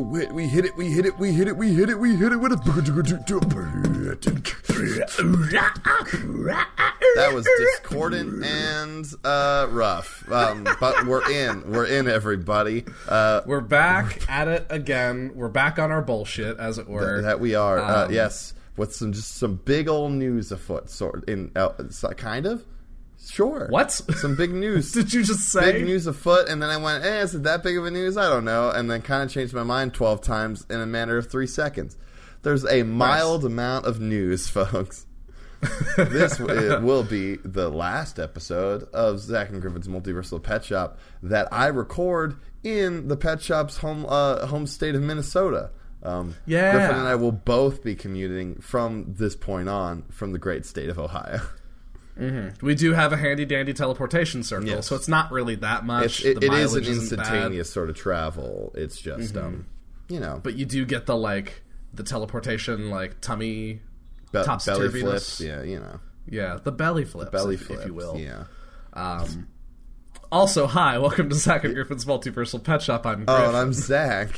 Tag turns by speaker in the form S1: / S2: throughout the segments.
S1: Wait, We hit it, we hit it, we hit it, we hit it, we hit it with a.
S2: That was discordant and uh, rough, um, but we're in. We're in, everybody. Uh,
S3: We're back at it again. We're back on our bullshit, as it were.
S2: that we are. uh,
S3: Um,
S2: yes, with some just some big old news afoot. Sort in uh, so- kind of. Sure.
S3: What?
S2: Some big news.
S3: Did you just say?
S2: Big news afoot, and then I went, eh, is it that big of a news? I don't know. And then kind of changed my mind 12 times in a matter of three seconds. There's a mild amount of news, folks. this it will be the last episode of Zach and Griffin's Multiversal Pet Shop that I record in the pet shop's home uh, home state of Minnesota. Um,
S3: Yeah.
S2: Griffin and I will both be commuting from this point on from the great state of Ohio.
S3: We do have a handy dandy teleportation circle,
S2: Yes.
S3: so it's not really that
S2: It's,
S3: much.
S2: it,
S3: The
S2: it is an
S3: mileage isn't bad, Mm-hmm.
S2: instantaneous sort of travel. It's just, um, you know,
S3: but you do get the like the teleportation like tummy,
S2: be- belly
S3: topsy-turviness.
S2: flips. Yeah, you know,
S3: yeah, the belly flips,
S2: belly
S3: if,
S2: flips.
S3: if you will.
S2: Yeah.
S3: Um, also, hi, welcome to Zach and Griffin's Multiversal Pet Shop. I'm Griff.
S2: Oh, and I'm Zach.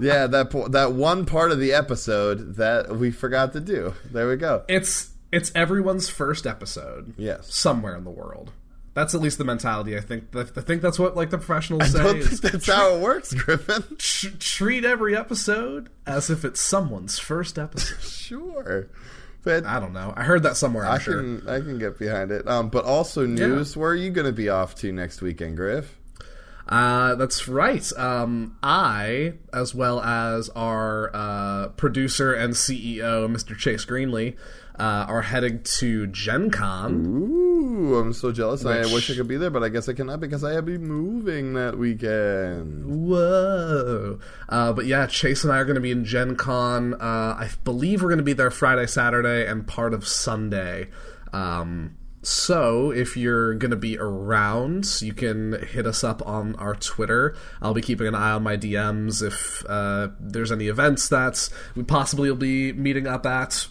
S2: yeah, that po- that one part of the episode that we forgot to do. There we go.
S3: it's it's everyone's first episode.
S2: Yes.
S3: somewhere in the world. That's at least the mentality. I think. I think that's what like the professionals say.
S2: I don't
S3: is
S2: think that's how it works, Griffin.
S3: tr- treat every episode as if it's someone's first episode.
S2: Sure, but
S3: I don't know. I heard that somewhere. I'm
S2: I
S3: Ah, sure.
S2: can I can get behind it. Um, but also news. Where are you going to be off to next weekend, Griff?
S3: Uh, that's right. Um, I, as well as our uh, producer and CEO, Mr. Chase Greenley, uh, are heading to Gen Con.
S2: Ooh, I'm so jealous. and I wish I could be there, but I guess I cannot because I will be moving that weekend.
S3: Whoa. Uh, but yeah, Chase and I are going to be in Gen Con. Uh, I believe we're going to be there Friday, Saturday, and part of Sunday. Um, so if you're going to be around, you can hit us up on our Twitter. I'll be keeping an eye on my DMs if uh, there's any events that we possibly will be meeting up at.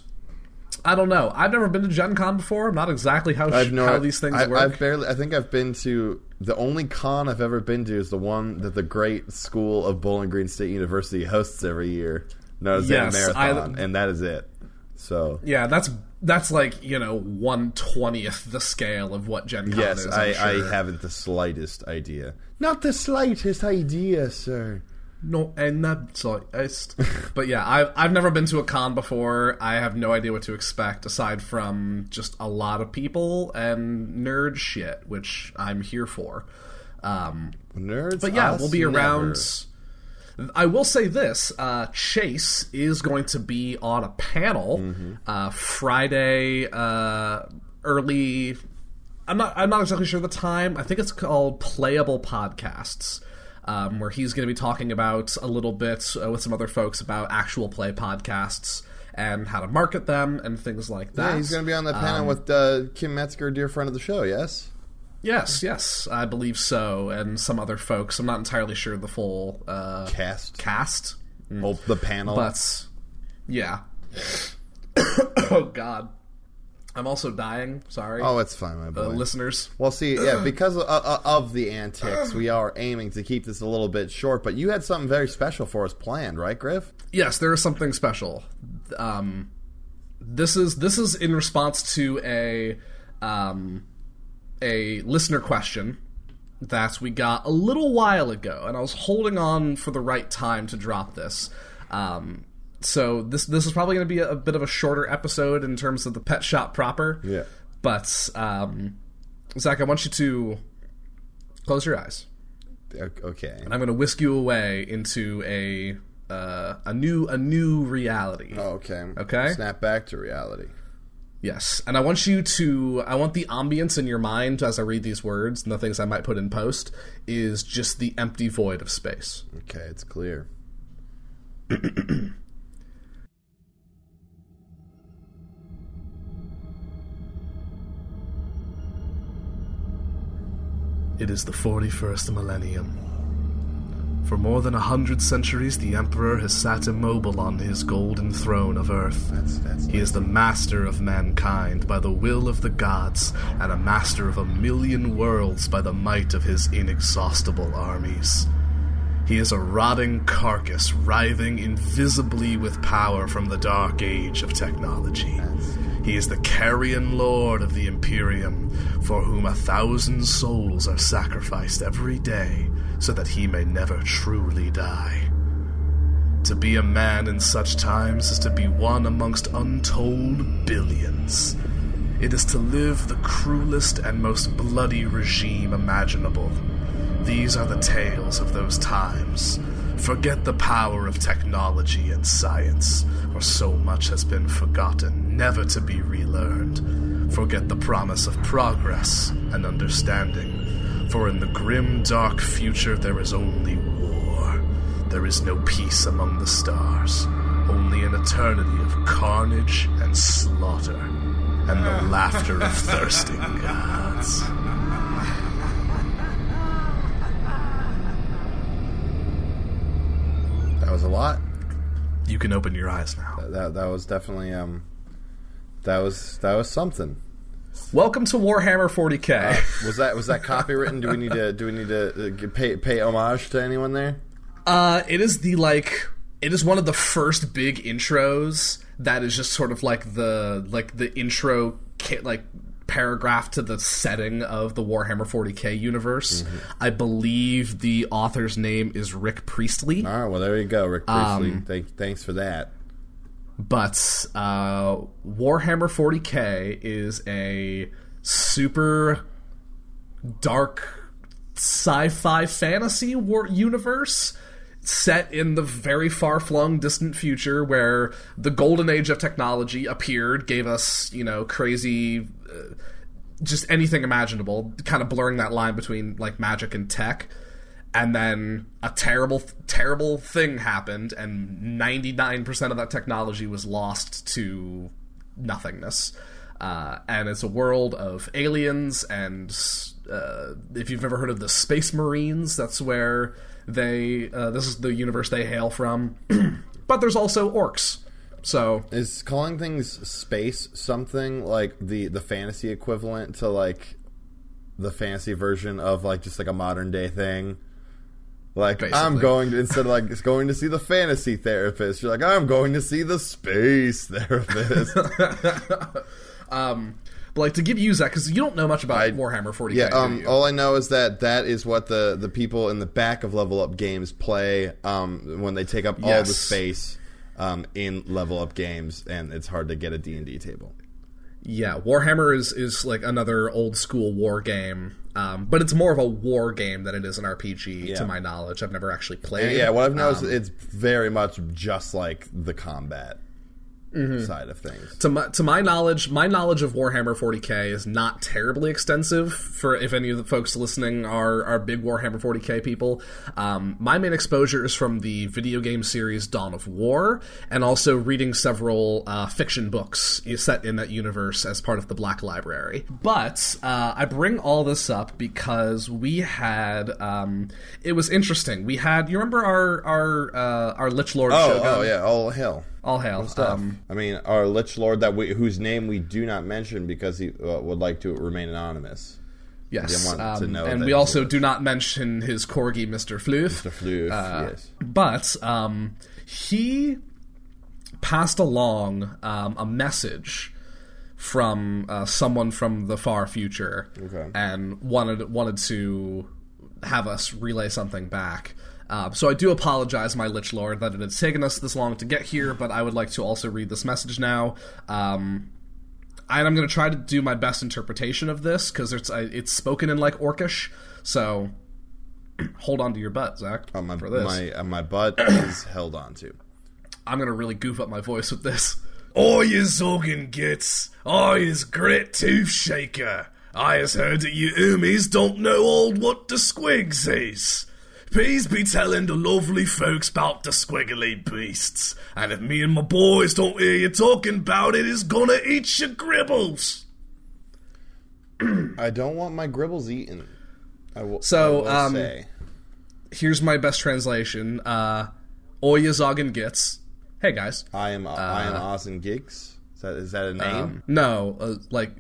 S3: I don't know. I've never been to Gen Con before. I'm not exactly how,
S2: I've no,
S3: how these things
S2: I,
S3: work.
S2: I've barely. I think I've been to the only con I've ever been to is the one that the great school of Bowling Green State University hosts every year, known as
S3: Yes,
S2: the
S3: I-
S2: marathon, and that is it. So
S3: Yeah, that's that's like you know one twentieth the scale of what Gen Con
S2: yes,
S3: is.
S2: I,
S3: I'm sure.
S2: I haven't the slightest idea. Not the slightest idea, sir.
S3: no, and that's like it's- But yeah, I've I've never been to a con before. I have no idea what to expect aside from just a lot of people and nerd shit, which I'm here for. Um,
S2: Nerds.
S3: but yeah,
S2: us
S3: we'll be
S2: never.
S3: around. I will say this: uh, Chase is going to be on a panel
S2: Mm-hmm.
S3: uh, Friday uh, early. I'm not. I'm not exactly sure the time. I think it's called Playable Podcasts, um, where he's going to be talking about a little bit uh, with some other folks about actual play podcasts and how to market them and things like that.
S2: Yeah, he's going to be on the panel
S3: Um,
S2: with uh, Kim Metzger, dear friend of the show. Yes.
S3: Yes, yes, I believe so, and some other folks. I'm not entirely sure the full uh,
S2: Cast.
S3: cast.
S2: Oh, the panel.
S3: But yeah. oh God, I'm also dying. Sorry,
S2: oh, it's fine, my boy.
S3: Uh, listeners.
S2: Well, see, yeah, because of, uh, of the antics, we are aiming to keep this a little bit short. But you had something very special for us planned, right, Griff?
S3: Yes, there is something special. Um, this is this is in response to a um, a listener question that we got a little while ago, and I was holding on for the right time to drop this. Um, so this this is probably going to be a, a bit of a shorter episode in terms of the pet shop proper.
S2: Yeah.
S3: But um, Zach, I want you to close your eyes.
S2: O- Okay.
S3: I'm going to whisk you away into a uh, a new a new reality.
S2: Okay.
S3: Okay.
S2: Snap back to reality.
S3: Yes, and I want you to. I want the ambience in your mind as I read these words and the things I might put in post is just the empty void of space.
S2: Okay, it's clear.
S3: It is the 41st millennium. For more than a hundred centuries, the Emperor has sat immobile on his golden throne of Earth.
S2: that's
S3: he is the master of mankind by the will of the gods, and a master of a million worlds by the might of his inexhaustible armies. He is a rotting carcass, writhing invisibly with power from the dark age of technology. He is the carrion lord of the Imperium, for whom a thousand souls are sacrificed every day so that he may never truly die. To be a man in such times is to be one amongst untold billions. It is to live the cruelest and most bloody regime imaginable. These are the tales of those times. Forget the power of technology and science, for so much has been forgotten, never to be relearned. Forget the promise of progress and understanding, for in the grim, dark future there is only war. There is no peace among the stars, only an eternity of carnage and slaughter, and the laughter of thirsting gods.
S2: That was a lot.
S3: You can open your eyes now.
S2: That that was definitely um, that was that was something.
S3: Welcome to Warhammer 40k.
S2: Was that was that copywritten? Do we need to do we need to uh, g- pay pay homage to anyone there?
S3: Uh, it is the like it is one of the first big intros that is just sort of like the like the intro ki- like paragraph to the setting of the Warhammer 40k universe. I believe the author's name is Rick Priestley,
S2: All right, well there you go, Rick Priestley.
S3: Um,
S2: Thank, thanks for that.
S3: but uh, Warhammer 40k is a super dark sci-fi fantasy war- universe set in the very far-flung distant future where the golden age of technology appeared gave us you know crazy uh, just anything imaginable kind of blurring that line between like magic and tech and then a terrible terrible thing happened and 99% of that technology was lost to nothingness. Uh, and it's a world of aliens, and uh, if you've never heard of the Space Marines, that's where they. Uh, this is the universe they hail from. but there's also orcs. So
S2: Is calling things space something like the the fantasy equivalent to like the fantasy version of like just like a modern day thing? Like I'm
S3: Basically.
S2: going to instead of like just going to see the fantasy therapist, you're like I'm going to see the space therapist.
S3: Um, but like to give you that because you don't know much about Warhammer 40k.
S2: yeah,
S3: do
S2: um,
S3: you?
S2: all I know is that that is what the the people in the back of Level Up games play um, when they take up all the
S3: Yes.
S2: space um, in Level Up games, and it's hard to get a D and D table.
S3: Yeah, Warhammer is is like another old school war game, um, but it's more of a war game than it is an RPG, to my knowledge. I've never actually played.
S2: Yeah, what I've noticed it's very much just like the combat side of things.
S3: To my, to my knowledge, my knowledge of Warhammer 40k is not terribly extensive. For if any of the folks listening are are big Warhammer 40k people, um, my main exposure is from the video game series Dawn of War, and also reading several uh, fiction books set in that universe as part of the Black Library. But uh, I bring all this up because we had um, it was interesting. We had you remember our our uh, our Lich Lord
S2: Oh,
S3: Shogun?
S2: oh yeah, all hell.
S3: All hail. Um,
S2: I mean, our Lich Lord that we, whose name we do not mention because he uh, would like to remain anonymous.
S3: Yes,
S2: didn't want to
S3: um,
S2: know
S3: and
S2: that
S3: we
S2: he
S3: also do not mention his corgi, Mister Floof.
S2: Floof, yes.
S3: But um, he passed along um, a message from uh, someone from the far future,
S2: Okay.
S3: and wanted wanted to have us relay something back. Uh, so I do apologize, my Lich Lord, that it had taken us this long to get here, but I would like to also read this message now. Um, and I'm going to try to do my best interpretation of this because it's I, it's spoken in like Orcish, so hold on to your butt, Zach.
S2: Uh, my
S3: for this,
S2: my uh, my butt is held on to.
S3: I'm going to really goof up my voice with this. I is organ gets, I is grit tooth shaker. I has heard that you oomies don't know all what the squigs is. Please be telling the lovely folks about the squiggly beasts. And if me and my boys don't hear you talking about it, is gonna eat your gribbles.
S2: I don't want my gribbles eaten. I will, I
S3: So,
S2: will
S3: um,
S2: say.
S3: Here's my best translation. Uh, Oya Zogan gets. Hey guys.
S2: I am I am Oz and Gigs. Is that is that a name?
S3: No, uh, like,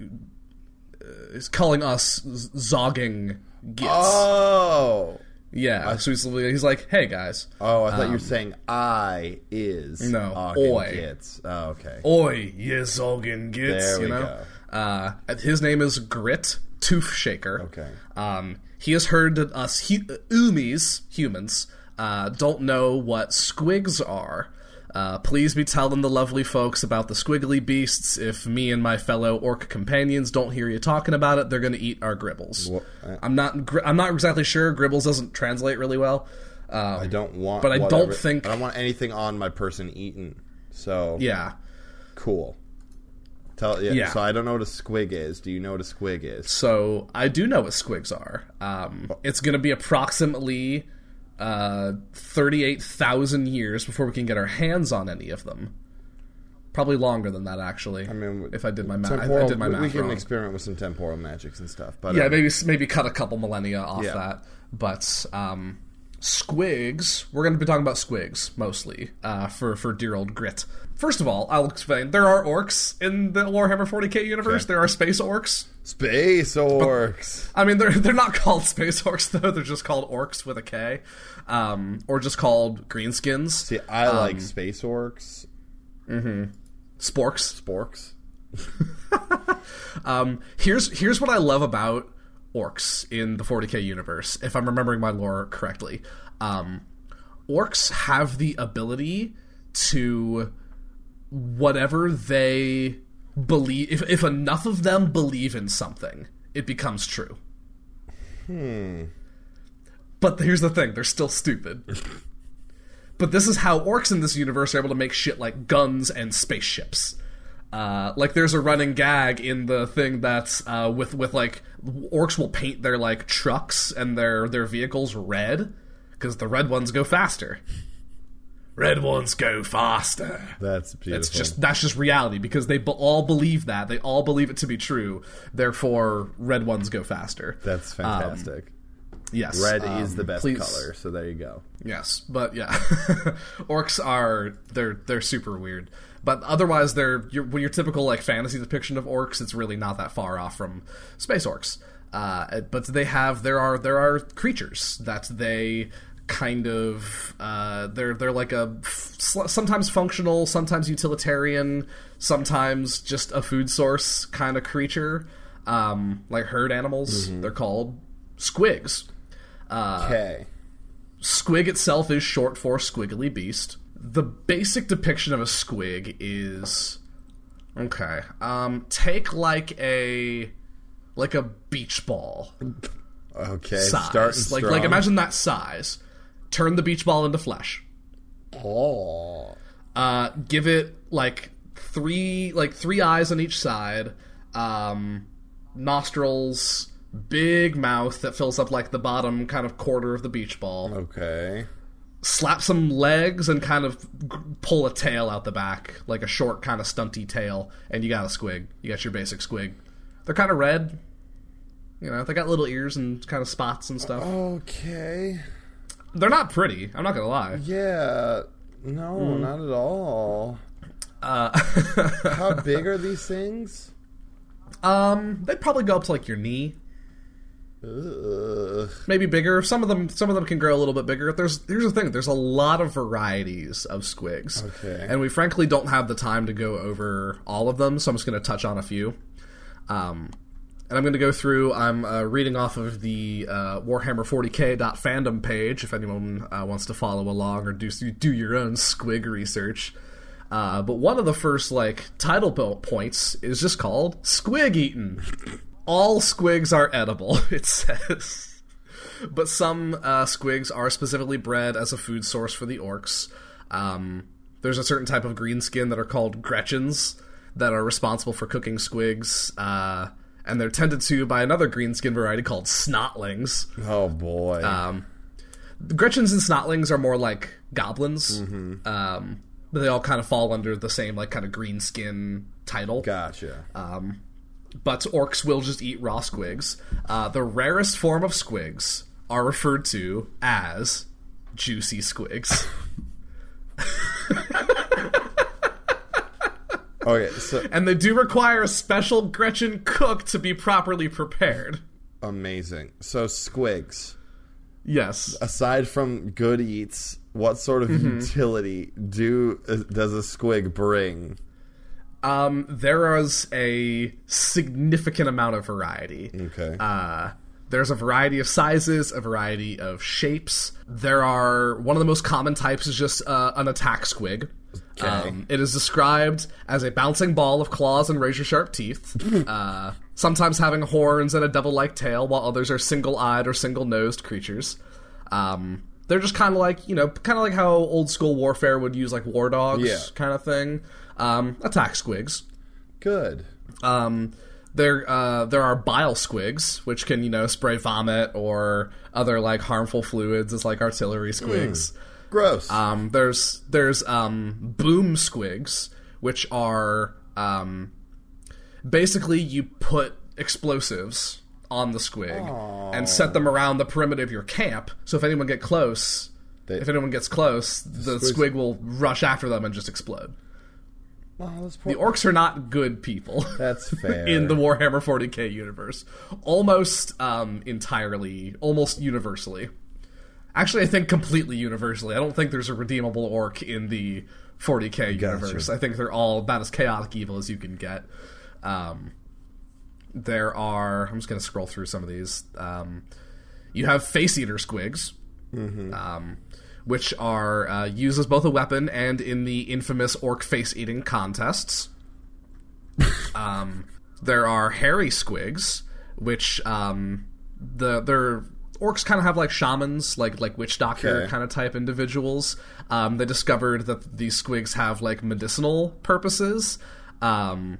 S3: uh, he's calling us z- zogging gits.
S2: oh,
S3: yeah, so he's, he's like, hey guys.
S2: oh! I thought you were saying I is
S3: Um, No,
S2: Oz
S3: oi.
S2: and Gigs. Oh, okay.
S3: Oi, ye zogging gits,
S2: There
S3: you
S2: we
S3: know? Uh, his name is Grit Tooth Shaker.
S2: Okay.
S3: Um, he has heard that us hu- oomies, humans, uh, don't know what squigs are. Uh, please be telling the lovely folks about the squiggly beasts. If me and my fellow orc companions don't hear you talking about it, they're going to eat our gribbles.
S2: I-
S3: I'm not. Gri- I'm not exactly sure. Gribbles doesn't translate really well. Um,
S2: I don't want.
S3: But I don't
S2: whatever-
S3: think-
S2: I don't want anything on my person eaten. So
S3: yeah.
S2: cool. Tell yeah,
S3: Yeah.
S2: So I don't know what a squig is. Do you know what a squig is?
S3: So I do know what squigs are. Um, it's going to be approximately uh, 38,000 years before we can get our hands on any of them. Probably longer than that, actually. I
S2: mean,
S3: if I did my math, I
S2: Temporal-
S3: did my
S2: we,
S3: math
S2: we can
S3: wrong.
S2: experiment with some temporal magics and stuff. But
S3: yeah,
S2: um,
S3: maybe maybe cut a couple millennia off
S2: Yeah.
S3: that. But um, squigs, we're going to be talking about squigs mostly uh, for for dear old grit. First of all, I'll explain. There are orcs in the Warhammer 40k universe. There are space orcs.
S2: space orcs.
S3: I mean, they're they're not called space orcs though; they're just called orcs with a K, um, or just called greenskins,
S2: See, I
S3: Um,
S2: like space orcs.
S3: sporks.
S2: Sporks.
S3: Um, here's here's what I love about orcs in the 40k universe, if I'm remembering my lore correctly. Um, orcs have the ability to whatever they believe. If if enough of them believe in something, it becomes true. Hmm.
S2: Hmm,
S3: But here's the thing: they're still stupid. But this is how orcs in this universe are able to make shit like guns and spaceships. Uh, like there's a running gag in the thing that's uh, with with like orcs will paint their like trucks and their their vehicles red because the red ones go faster. Red ones go faster.
S2: That's beautiful.
S3: It's just that's just reality because they be- all believe that they all believe it to be true. Therefore, red ones go faster.
S2: that's fantastic.
S3: yes,
S2: Red
S3: um,
S2: is the best
S3: please-
S2: color, so there you go.
S3: Yes, but yeah, orcs are they're they're super weird. But otherwise, they're your, when your typical like fantasy depiction of orcs, it's really not that far off from space orcs. Uh, but they have there are there are creatures that they kind of uh, they're they're like a f- sometimes functional, sometimes utilitarian, sometimes just a food source kind of creature, um, like herd animals. They're called squigs. Uh,
S2: Okay.
S3: Squig itself is short for squiggly beast. The basic depiction of a squig is okay. Um, take like a like a beach ball
S2: Okay.
S3: size.
S2: Starting
S3: like
S2: strong.
S3: like imagine that size. Turn the beach ball into flesh.
S2: Oh.
S3: Uh, give it like three like three eyes on each side, um, nostrils, big mouth that fills up like the bottom kind of quarter of the beach ball.
S2: Okay.
S3: slap some legs and kind of g- pull a tail out the back, like a short kind of stunty tail, and you got a squig. You got your basic squig. They're kind of red. You know, they got little ears and kind of spots and stuff.
S2: Okay.
S3: They're not pretty. I'm not gonna lie.
S2: Yeah. No, not at all. Uh. How big are these things?
S3: Um, they probably go up to like your knee,
S2: Ugh.
S3: maybe bigger. Some of them, some of them can grow a little bit bigger. There's here's the thing. There's a lot of varieties of squigs,
S2: Okay.
S3: and we frankly don't have the time to go over all of them. So I'm just gonna touch on a few. Um, and I'm going to go through. I'm uh, reading off of the uh, Warhammer 40k.fandom page if anyone uh, wants to follow along or do do your own squig research. Uh, but one of the first like title po- points is just called "Squig Eaten." All squigs are edible, it says, but some uh, squigs are specifically bred as a food source for the orcs. Um, There's a certain type of greenskin that are called Gretchens that are responsible for cooking squigs, uh, and they're tended to by another greenskin variety called Snotlings.
S2: Oh boy.
S3: Um, The Gretchens and Snotlings are more like goblins. Um, but they all kind of fall under the same like kind of greenskin title.
S2: gotcha.
S3: uh, but orcs will just eat raw squigs. Uh, the rarest form of squigs are referred to as juicy squigs.
S2: okay, so
S3: and they do require a special Gretchen cook to be properly prepared.
S2: amazing. So squigs.
S3: Yes.
S2: Aside from good eats, what sort of
S3: Mm-hmm.
S2: utility do uh, does a squig bring?
S3: Um, there is a significant amount of variety.
S2: Okay.
S3: Uh, there's a variety of sizes, a variety of shapes. There are one of the most common types is just uh, an attack squig. Um, it is described as a bouncing ball of claws and razor sharp teeth, uh, sometimes having horns and a devil like tail, while others are single eyed or single nosed creatures. Um, they're just kind of like, you know, kind of like how old school warfare would use like war dogs
S2: Yeah.
S3: kind of thing. Um, attack squigs.
S2: good.
S3: Um, there, uh, there are bile squigs, which can you know spray vomit or other like harmful fluids, as like artillery squigs.
S2: Gross.
S3: Um, there's there's um, boom squigs, which are um, basically you put explosives on the squig and set them around the perimeter of your camp. So if anyone get close,
S2: They-
S3: if anyone gets close, the squig will rush after them and just explode.
S2: Wow, that's
S3: The orcs are not good people.
S2: That's fair.
S3: in the Warhammer 40k universe, almost um, entirely, almost universally. Actually, I think completely universally. I don't think there's a redeemable orc in the 40k universe. I think they're all about as chaotic evil as you can get. Um, there are. I'm just going to scroll through some of these. Um, you have face eater squigs, um, which are uh, used as both a weapon and in the infamous orc face eating contests. um, there are hairy squigs, which um, the they're orcs kind of have like shamans, like like witch doctor
S2: Okay.
S3: kind of type individuals. Um, they discovered that these squigs have like medicinal purposes. Um,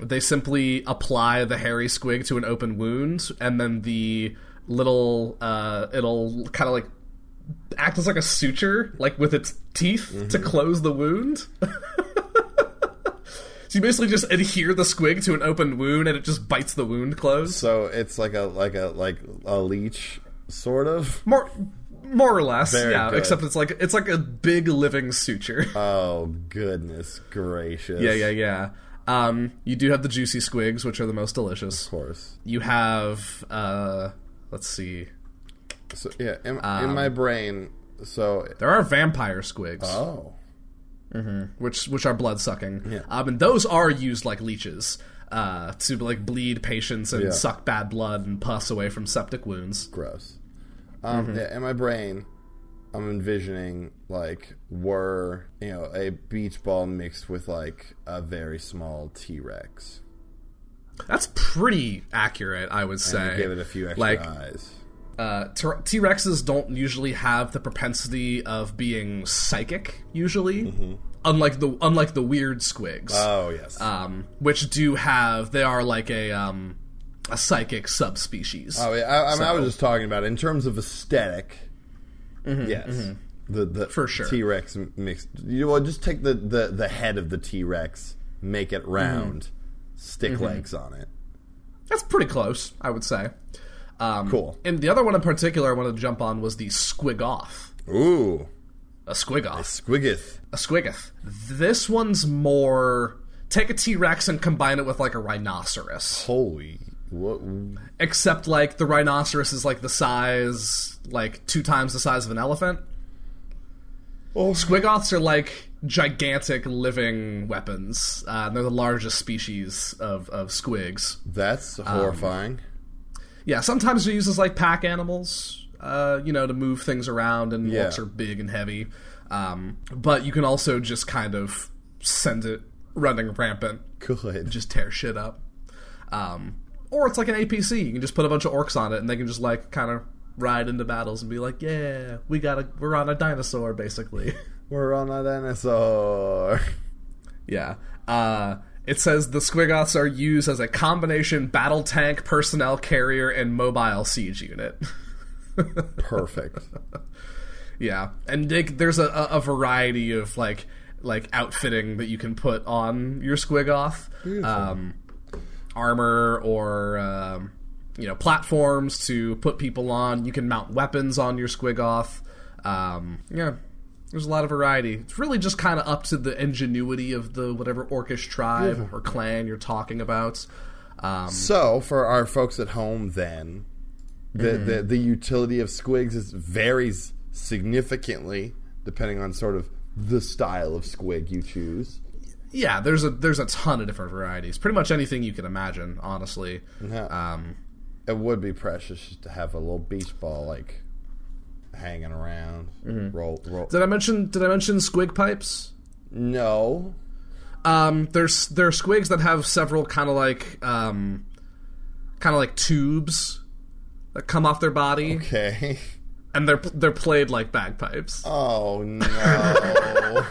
S3: they simply apply the hairy squig to an open wound and then the little uh it'll kind of like act as like a suture like with its teeth to
S2: Mm-hmm.
S3: close the wound so you basically just adhere the squig to an open wound and it just bites the wound closed
S2: so it's like a like a like a leech sort of.
S3: more more or less
S2: Very
S3: yeah
S2: good.
S3: except it's like it's like a big living suture
S2: Oh goodness gracious.
S3: yeah yeah yeah um you do have the juicy squigs which are the most delicious
S2: Of course.
S3: you have uh let's see
S2: So yeah, in,
S3: Um,
S2: in my brain. So
S3: There are vampire squigs,
S2: oh,
S3: which which are blood sucking,
S2: Yeah.
S3: um, and those are used like leeches uh, to like bleed patients and
S2: Yeah.
S3: suck bad blood and pus away from septic wounds.
S2: gross. Um,
S3: Mm-hmm.
S2: yeah, in my brain, I'm envisioning like were you know a beach ball mixed with like a very small T Rex.
S3: That's pretty accurate, I would say.
S2: Give it a few extra
S3: like
S2: eyes.
S3: uh, T Rexes don't usually have the propensity of being psychic, usually,
S2: Mm-hmm.
S3: unlike the unlike the weird squigs.
S2: Oh yes.
S3: um, which do have they are like a um, a psychic subspecies.
S2: oh yeah. I, I, mean, I was just talking about it. in terms of aesthetic. yes. The the
S3: Mm-hmm, For sure.
S2: T Rex mixed. You know, what, just take the, the the head of the T Rex, make
S3: Mm-hmm.
S2: it round, stick legs on it.
S3: That's pretty close, I would say. Um,
S2: Cool.
S3: And the other one in particular I wanted to jump on was the squig off.
S2: Ooh,
S3: A squig off.
S2: squiggeth.
S3: A squigeth. This one's more. Take a T Rex and combine it with like a rhinoceros.
S2: Holy. What?
S3: Except like the rhinoceros is like the size, like two times the size of an elephant.
S2: Oh,
S3: Squigoths are like gigantic living weapons. Uh, they're the largest species of, of squigs.
S2: that's
S3: Um,
S2: horrifying.
S3: Yeah, sometimes we use as like pack animals, uh, you know, to move things around, and
S2: Yeah.
S3: orcs are big and heavy. Um, but you can also just kind of send it running rampant,
S2: Good.
S3: just tear shit up. Um, or it's like an APC. You can just put a bunch of orcs on it, and they can just like kind of ride into battles and be like, "Yeah, we got a, we're on a dinosaur, basically."
S2: We're on a dinosaur.
S3: Yeah. Uh, it says the Squigoths are used as a combination battle tank, personnel carrier, and mobile siege unit.
S2: Perfect.
S3: yeah, and they, there's a, a variety of like like outfitting that you can put on your Squigoth, um, armor or um, you know platforms to put people on. You can mount weapons on your Squigoth. Um, yeah, there's a lot of variety. It's really just kind of up to the ingenuity of the whatever orcish tribe or clan you're talking about. Um,
S2: So, for our folks at home, then the the, the utility of squigs is, varies significantly depending on sort of the style of squig you choose.
S3: yeah, there's a there's a ton of different varieties. Pretty much anything you can imagine, honestly.
S2: Yeah.
S3: Um,
S2: it would be precious just to have a little beach ball like hanging around. Roll, roll.
S3: did I mention did I mention squig pipes?
S2: no,
S3: Um, there's there are squigs that have several kind of like um, kind of like tubes that come off their body,
S2: okay.
S3: and they're they're played like bagpipes.
S2: Oh no.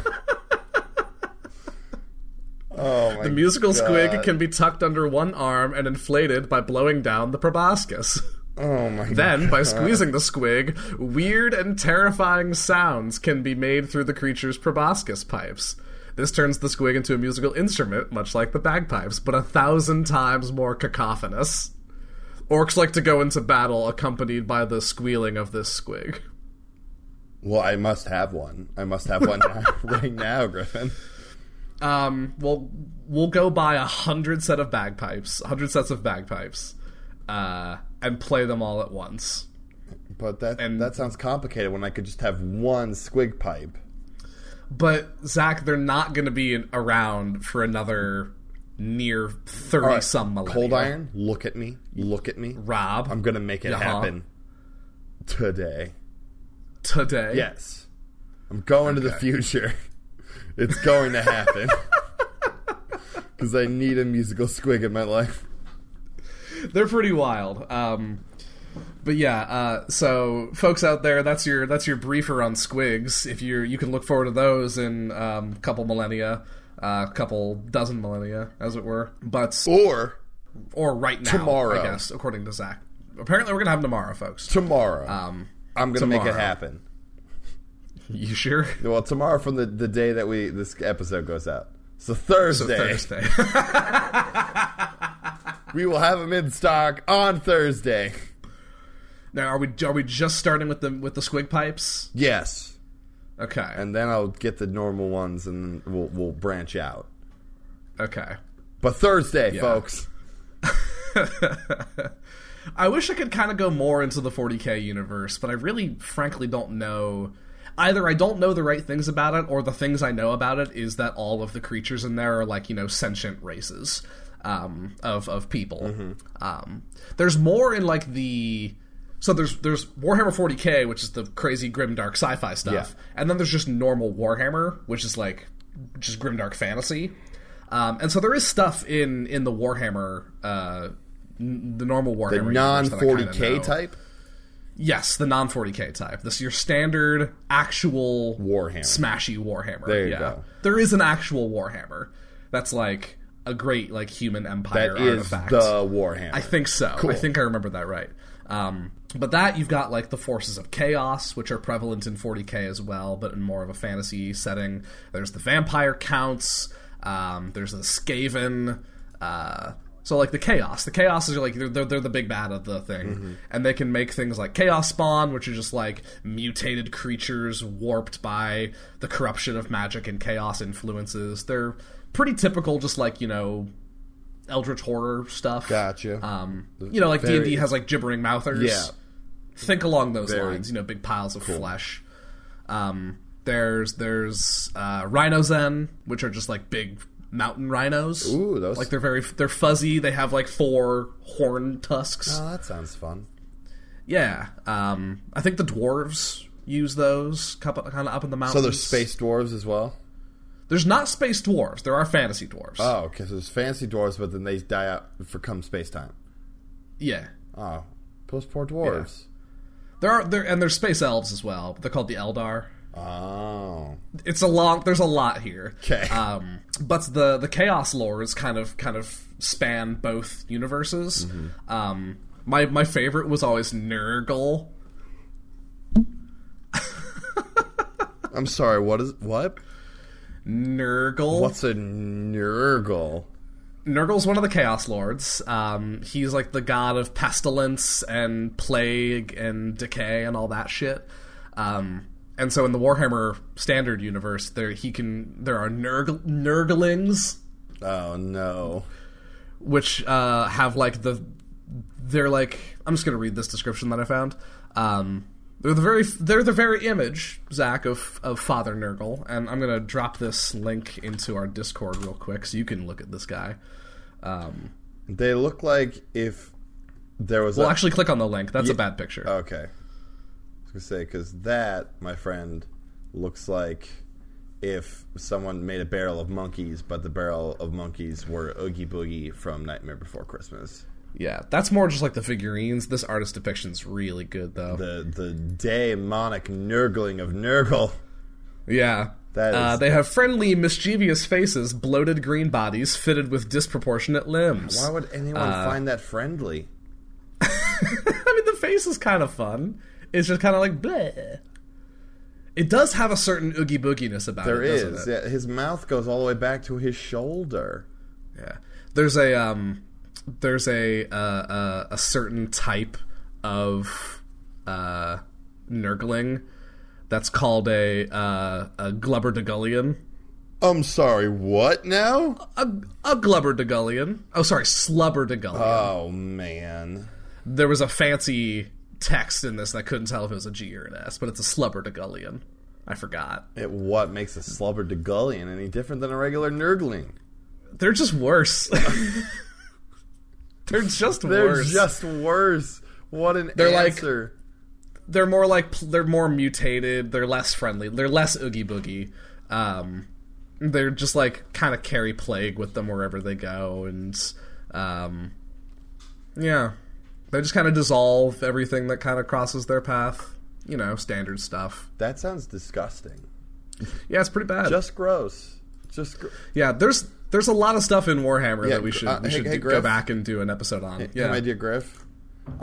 S2: oh my
S3: The musical squig
S2: God.
S3: can be tucked under one arm and inflated by blowing down the proboscis.
S2: Oh my
S3: Then, by squeezing the squig, weird and terrifying sounds can be made through the creature's proboscis pipes. This turns the squig into a musical instrument, much like the bagpipes, but a thousand times more cacophonous. Orcs like to go into battle accompanied by the squealing of this squig.
S2: Well, I must have one. I must have one now, right now, Griffin.
S3: Um, we'll we'll go buy a hundred set of bagpipes, a hundred sets of bagpipes, uh, and play them all at once.
S2: But that that sounds complicated when I could just have one squig pipe.
S3: But Zach, they're not going to be in- around for another near thirty some millennia.
S2: Cold iron, look at me. Look at me.
S3: Rob,
S2: I'm going to make it
S3: Uh-huh.
S2: happen today.
S3: today.
S2: Yes. I'm going to the future. It's going to happen. Cuz I need a musical squig in my life.
S3: they're pretty wild. Um, but yeah, uh, so folks out there, that's your that's your briefer on squigs. If you you can look forward to those in um, a couple millennia, a couple dozen millennia, as it were. But
S2: Or
S3: or right now,
S2: Tomorrow.
S3: I guess, according to Zach. Apparently, we're gonna have them tomorrow, folks.
S2: tomorrow.
S3: Um,
S2: I'm going to make it
S3: tomorrow.
S2: happen.
S3: you sure?
S2: Well, tomorrow from the, the day that we this episode goes out. So Thursday,
S3: Thursday.
S2: we will have them in stock on Thursday.
S3: now, are we are we just starting with the with the squig pipes?
S2: Yes.
S3: Okay.
S2: and then I'll get the normal ones, and then we'll we'll branch out.
S3: okay.
S2: But Thursday, folks.
S3: I wish I could kind of go more into the 40k universe, but I really, frankly, don't know. Either I don't know the right things about it, or the things I know about it is that all of the creatures in there are like you know sentient races um, of of people. Um, there's more in like the so there's there's Warhammer 40k, which is the crazy grimdark sci-fi stuff, and then there's just normal Warhammer, which is like just grimdark fantasy. Um, and so there is stuff in in the Warhammer, uh, n- the normal Warhammer, universe
S2: Non
S3: that I kinda
S2: 40k
S3: know.
S2: type.
S3: Yes, the non 40k type. This is your standard actual
S2: Warhammer.
S3: smashy Warhammer.
S2: There you
S3: yeah.
S2: go.
S3: There is an actual Warhammer that's like a great like human empire
S2: That is
S3: artifact.
S2: the Warhammer.
S3: I think so. I think I remember that right. Um, but that you've got like the forces of chaos, which are prevalent in 40k as well, but in more of a fantasy setting. There's the vampire counts. Um, there's the Skaven. Uh, so like the chaos, the chaos is like they're, they're, they're the big bad of the thing, and they can make things like chaos spawn, which are just like mutated creatures warped by the corruption of magic and chaos influences. They're pretty typical, just like you know eldritch horror stuff.
S2: Gotcha.
S3: Um, you know, like D and
S2: Very-
S3: D has like gibbering mouthers.
S2: Yeah.
S3: Think along those lines. You know, big piles of flesh. Um, there's there's uh, rhinozen, which are just like big mountain rhinos.
S2: Ooh, those-
S3: like they're very they're fuzzy. They have like four horn tusks.
S2: oh, that sounds fun.
S3: yeah. Um, I think the dwarves use those kind of up in the mountains.
S2: So there's space dwarves as well.
S3: There's not space dwarves. There are fantasy dwarves.
S2: Oh, because there's fancy dwarves, but then they die out for come space time.
S3: yeah.
S2: Oh, plus poor dwarves.
S3: There are there and there's space elves as well. They're called the Eldar.
S2: Oh.
S3: it's a long there's a lot here
S2: 'Kay.
S3: um but the the chaos lores kind of kind of span both universes um my my favorite was always nurgle
S2: I'm sorry. What is what?
S3: nurgle
S2: What's a Nurgle?
S3: Nurgle's one of the Chaos Lords. Um, he's like the god of pestilence and plague and decay and all that shit. Um, and so in the Warhammer Standard universe, there he can there are Nurgle, Nurglings,
S2: Oh no.
S3: which uh, have like the they're like I'm just gonna read this description that I found. Um, they're the very they're the very image Zach of of Father Nurgle, and I'm gonna drop this link into our Discord real quick so you can look at this guy. Um,
S2: They look like if there was
S3: Well,
S2: a, Oh,
S3: actually, click on the link. That's a bad picture.
S2: okay. I was gonna say because that, my friend, looks like if someone made a barrel of monkeys, but the barrel of monkeys were Oogie Boogie from Nightmare Before Christmas.
S3: yeah, that's more just like the figurines. This artist depiction's really good, though.
S2: The the demonic nurgling of Nurgle.
S3: yeah.
S2: That
S3: Uh,
S2: is-
S3: they have friendly, mischievous faces, bloated green bodies fitted with disproportionate limbs.
S2: Why would anyone
S3: Uh,
S2: find that friendly?
S3: I mean, the face is kind of fun. It's just kind of like bleh. It does have a certain oogie booginess about
S2: There
S3: it. doesn't
S2: is.
S3: it?
S2: Yeah, his mouth goes all the way back to his shoulder.
S3: Yeah. There's a um, there's a uh, uh, a certain type of uh, nurgling that's called a uh, a glubberdagullion.
S2: I'm sorry, what now?
S3: A, a glubberdagullion. Oh, sorry, slubberdagullion.
S2: Oh man.
S3: there was a fancy text in this that I couldn't tell if it was a G or an S, but it's a slubberdagullion. I forgot.
S2: It, what makes a slubber degullion any different than a regular nurgling?
S3: They're just worse. They're just
S2: They're
S3: worse.
S2: just worse. What an
S3: They're like-
S2: answer.
S3: they're more like pl- they're more mutated. They're less friendly. They're less oogie boogie. Um, they're just like kind of carry plague with them wherever they go, and um, yeah, they just kind of dissolve everything that kind of crosses their path. You know, standard stuff.
S2: that sounds disgusting.
S3: Yeah, it's pretty bad.
S2: Just gross. Just gr-
S3: yeah, there's there's a lot of stuff in Warhammer
S2: Yeah,
S3: that we should
S2: uh,
S3: we
S2: hey-
S3: should
S2: hey,
S3: do- go
S2: Griff?
S3: back and do an episode on.
S2: yeah.
S3: yeah,
S2: my dear Griff. I-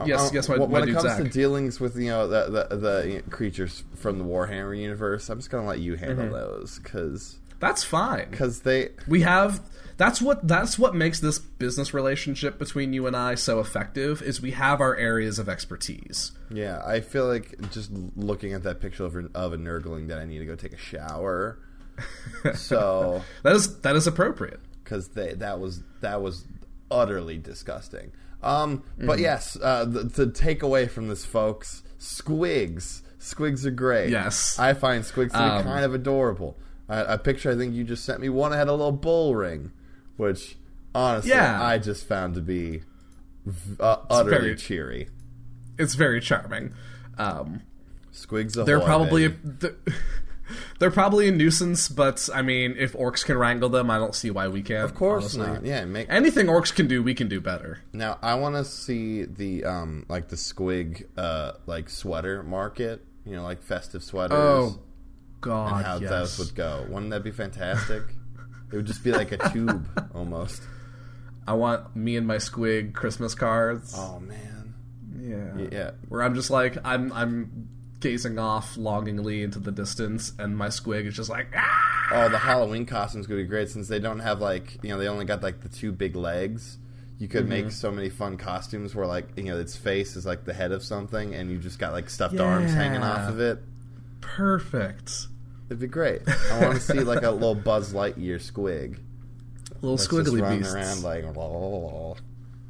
S3: Yes,
S2: I-
S3: yes, my-
S2: when
S3: my
S2: when it
S3: dude
S2: comes to
S3: Zach.
S2: dealings with you know the the, the you know, creatures from the Warhammer universe, I'm just gonna let you handle
S3: Mm-hmm.
S2: those because
S3: that's fine.
S2: because they
S3: we have that's what that's what makes this business relationship between you and I so effective is we have our areas of expertise.
S2: Yeah, I feel like just l- looking at that picture of, a- of a nurgling that I need to go take a shower. so,
S3: That is that is appropriate.
S2: because that was that was utterly disgusting. Um, but
S3: Mm-hmm.
S2: yes, uh, the, the takeaway from this, folks, squigs. Squigs are great.
S3: Yes.
S2: I find squigs to be
S3: Um,
S2: kind of adorable. I, a picture I think you just sent me. One had a little bull ring, which honestly
S3: Yeah.
S2: I just found to be v- uh, utterly
S3: very-
S2: cheery.
S3: It's very charming. Um,
S2: Squigs, ahoy,
S3: they're probably
S2: baby.
S3: they're, they're probably a nuisance, but I mean, if orcs can wrangle them, I don't see why we can't.
S2: Of course
S3: honestly.
S2: not. Yeah, make
S3: Anything orcs can do, we can do better.
S2: Now I want to see the um like the squig uh like sweater market, you know, like festive sweaters.
S3: Oh God,
S2: how
S3: yes.
S2: those would go. Wouldn't that be fantastic? it would just be like a tube almost.
S3: I want me and my squig Christmas cards.
S2: Oh man.
S3: Yeah.
S2: Yeah.
S3: where I'm just like I'm I'm gazing off longingly into the distance, and my squig is just like ah.
S2: Oh, the Halloween costumes could be great since they don't have like you know they only got like the two big legs. You could
S3: Mm-hmm.
S2: make so many fun costumes where like you know its face is like the head of something, and you just got like stuffed arms hanging
S3: Yeah.
S2: off of it.
S3: Perfect.
S2: It'd be great. I want to see like a little Buzz Lightyear squig.
S3: Little
S2: It's just
S3: squiggly
S2: running
S3: beasts.
S2: around like "Blah, blah, blah, blah." Oh, I don't know what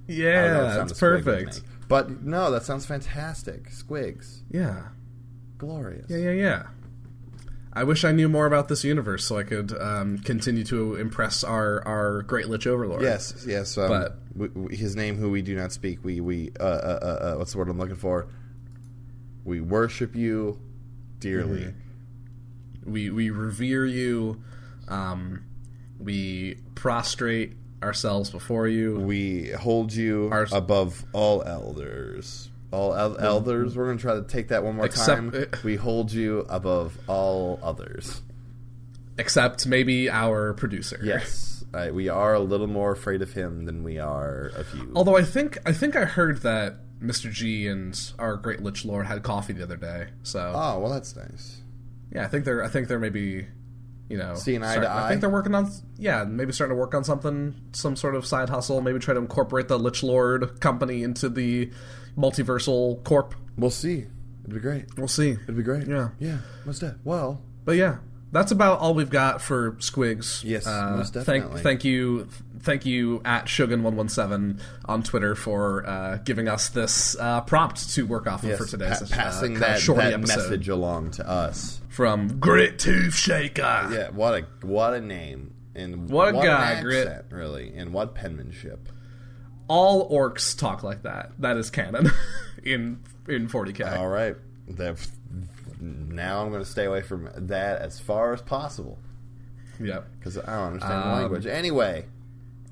S3: yeah,
S2: sound
S3: it's
S2: a squig would
S3: perfect.
S2: make. But no, that sounds fantastic. Squigs,
S3: Yeah,
S2: glorious.
S3: yeah, yeah, yeah. I wish I knew more about this universe so I could um, continue to impress our our Great Lich Overlord.
S2: Yes, yes. Um,
S3: But-
S2: we, we- his name, who we do not speak, we we uh, uh, uh, uh, what's the word I'm looking for? We worship you dearly.
S3: we we revere you. Um, we prostrate
S2: Mm.
S3: ourselves before you.
S2: We hold you
S3: Mm-hmm. Our- Mm-hmm.
S2: above all elders. all el- elders. We're going to try to take that one more
S3: Except-
S2: time. We hold you above all others.
S3: Except maybe our producer.
S2: Yes, I, we are a little more afraid of him than we are of you.
S3: Although I think I think I heard that Mr. G and our great Lich Lord had coffee the other day. So
S2: oh well, that's nice.
S3: yeah, I think they're I think they're maybe you know
S2: Seeing eye
S3: start-
S2: to
S3: I
S2: eye?
S3: think they're working on yeah maybe starting to work on something some sort of side hustle. Maybe try to incorporate the Lich Lord company into the multiversal corp.
S2: We'll see. It'd be great.
S3: We'll see.
S2: It'd be great.
S3: Yeah.
S2: yeah. Most def- well,
S3: But yeah, that's about all we've got for Squigs.
S2: Yes,
S3: Uh,
S2: most definitely.
S3: Thank, thank you, thank you at Shogun117 on Twitter for uh, giving us this uh, prompt to work off of for
S2: yes,
S3: today's
S2: pa-
S3: uh,
S2: passing
S3: kinda
S2: that,
S3: shorty
S2: that
S3: episode
S2: message along to us.
S3: from Grit Tooth Shaker.
S2: Yeah, what a what a name and
S3: What a
S2: an
S3: guy, Grit.
S2: accent, really, and what penmanship.
S3: All orcs talk like that. That is canon in in 40k.
S2: All right, that, now I'm going to stay away from that as far as possible
S3: yeah.
S2: because I don't understand
S3: Um,
S2: the language. Anyway,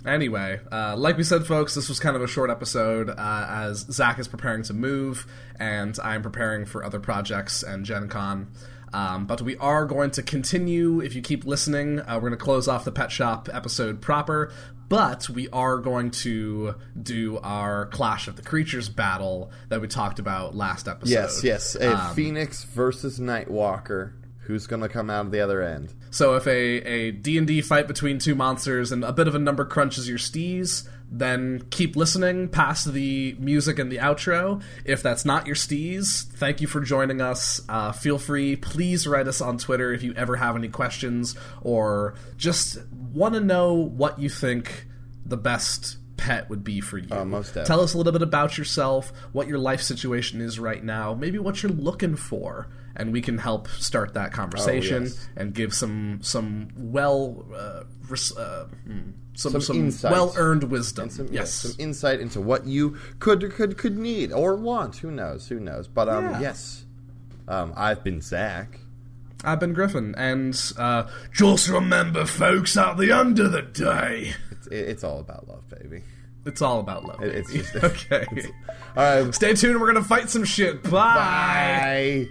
S3: Anyway, uh, like we said, folks, this was kind of a short episode uh, as Zach is preparing to move and I'm preparing for other projects and Gen Con. Um, but we are going to continue. If you keep listening, uh, we're going to close off the pet shop episode proper, but we are going to do our Clash of the Creatures battle that we talked about last episode.
S2: yes, yes, a
S3: um,
S2: Phoenix versus Nightwalker. Who's going to come out of the other end?
S3: So if a, a D&D fight between two monsters and a bit of a number crunch is your steez, then keep listening past the music and the outro. If that's not your steez, thank you for joining us. Uh, feel free, please write us on Twitter if you ever have any questions or just want to know what you think the best pet would be for you.
S2: most definitely.
S3: Tell us a little bit about yourself, what your life situation is right now, maybe what you're looking for, and we can help start that conversation
S2: Oh, yes.
S3: and give some some well uh, res- uh, hmm, some some,
S2: insight.
S3: well earned wisdom.
S2: Some, yes,
S3: yes.
S2: some insight into what you could could could need or want. Who knows? Who knows? But um,
S3: Yeah.
S2: yes, um, I've been Zach.
S3: I've been Griffin, and uh, just remember, folks, at the end of the day,
S2: It's, it, it's all about love, baby.
S3: it's all about love.
S2: It- it's um,
S3: baby.
S2: just-
S3: okay.
S2: All right,
S3: Stay tuned. We're gonna fight some shit. Bye.
S2: bye.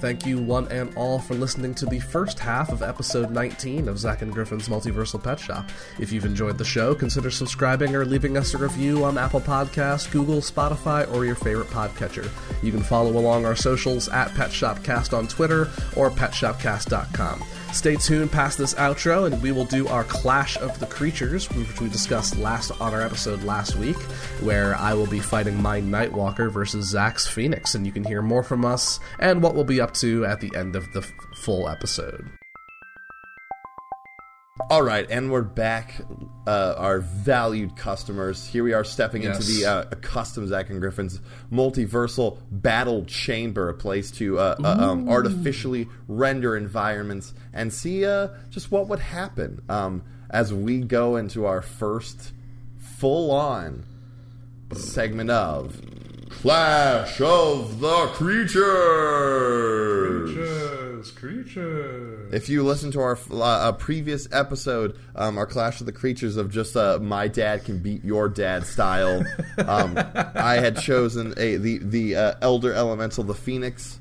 S3: Thank you, one and all, for listening to the first half of episode 19 of Zach and Griffin's Multiversal Pet Shop. If you've enjoyed the show, consider subscribing or leaving us a review on Apple Podcasts, Google, Spotify, or your favorite podcatcher. You can follow along our socials at Pet Shop Cast on Twitter or PetShopCast.com. Stay tuned past this outro, and we will do our Clash of the Creatures, which we discussed last on our episode last week, where I will be fighting my Nightwalker versus Zack's Phoenix, and you can hear more from us and what we'll be up to at the end of the f- full episode.
S2: All right, and we're back, uh, our valued customers. Here we are stepping into
S3: Yes.
S2: the uh, custom Zach and Griffin's multiversal battle chamber, a place to uh, uh, um, artificially render environments and see uh, just what would happen um, as we go into our first full on segment of Clash of the Creatures. If you listen to our uh, uh, previous episode, um, our Clash of the Creatures of just uh, my dad can beat your dad style, um, I had chosen a, the the uh, Elder Elemental, the Phoenix.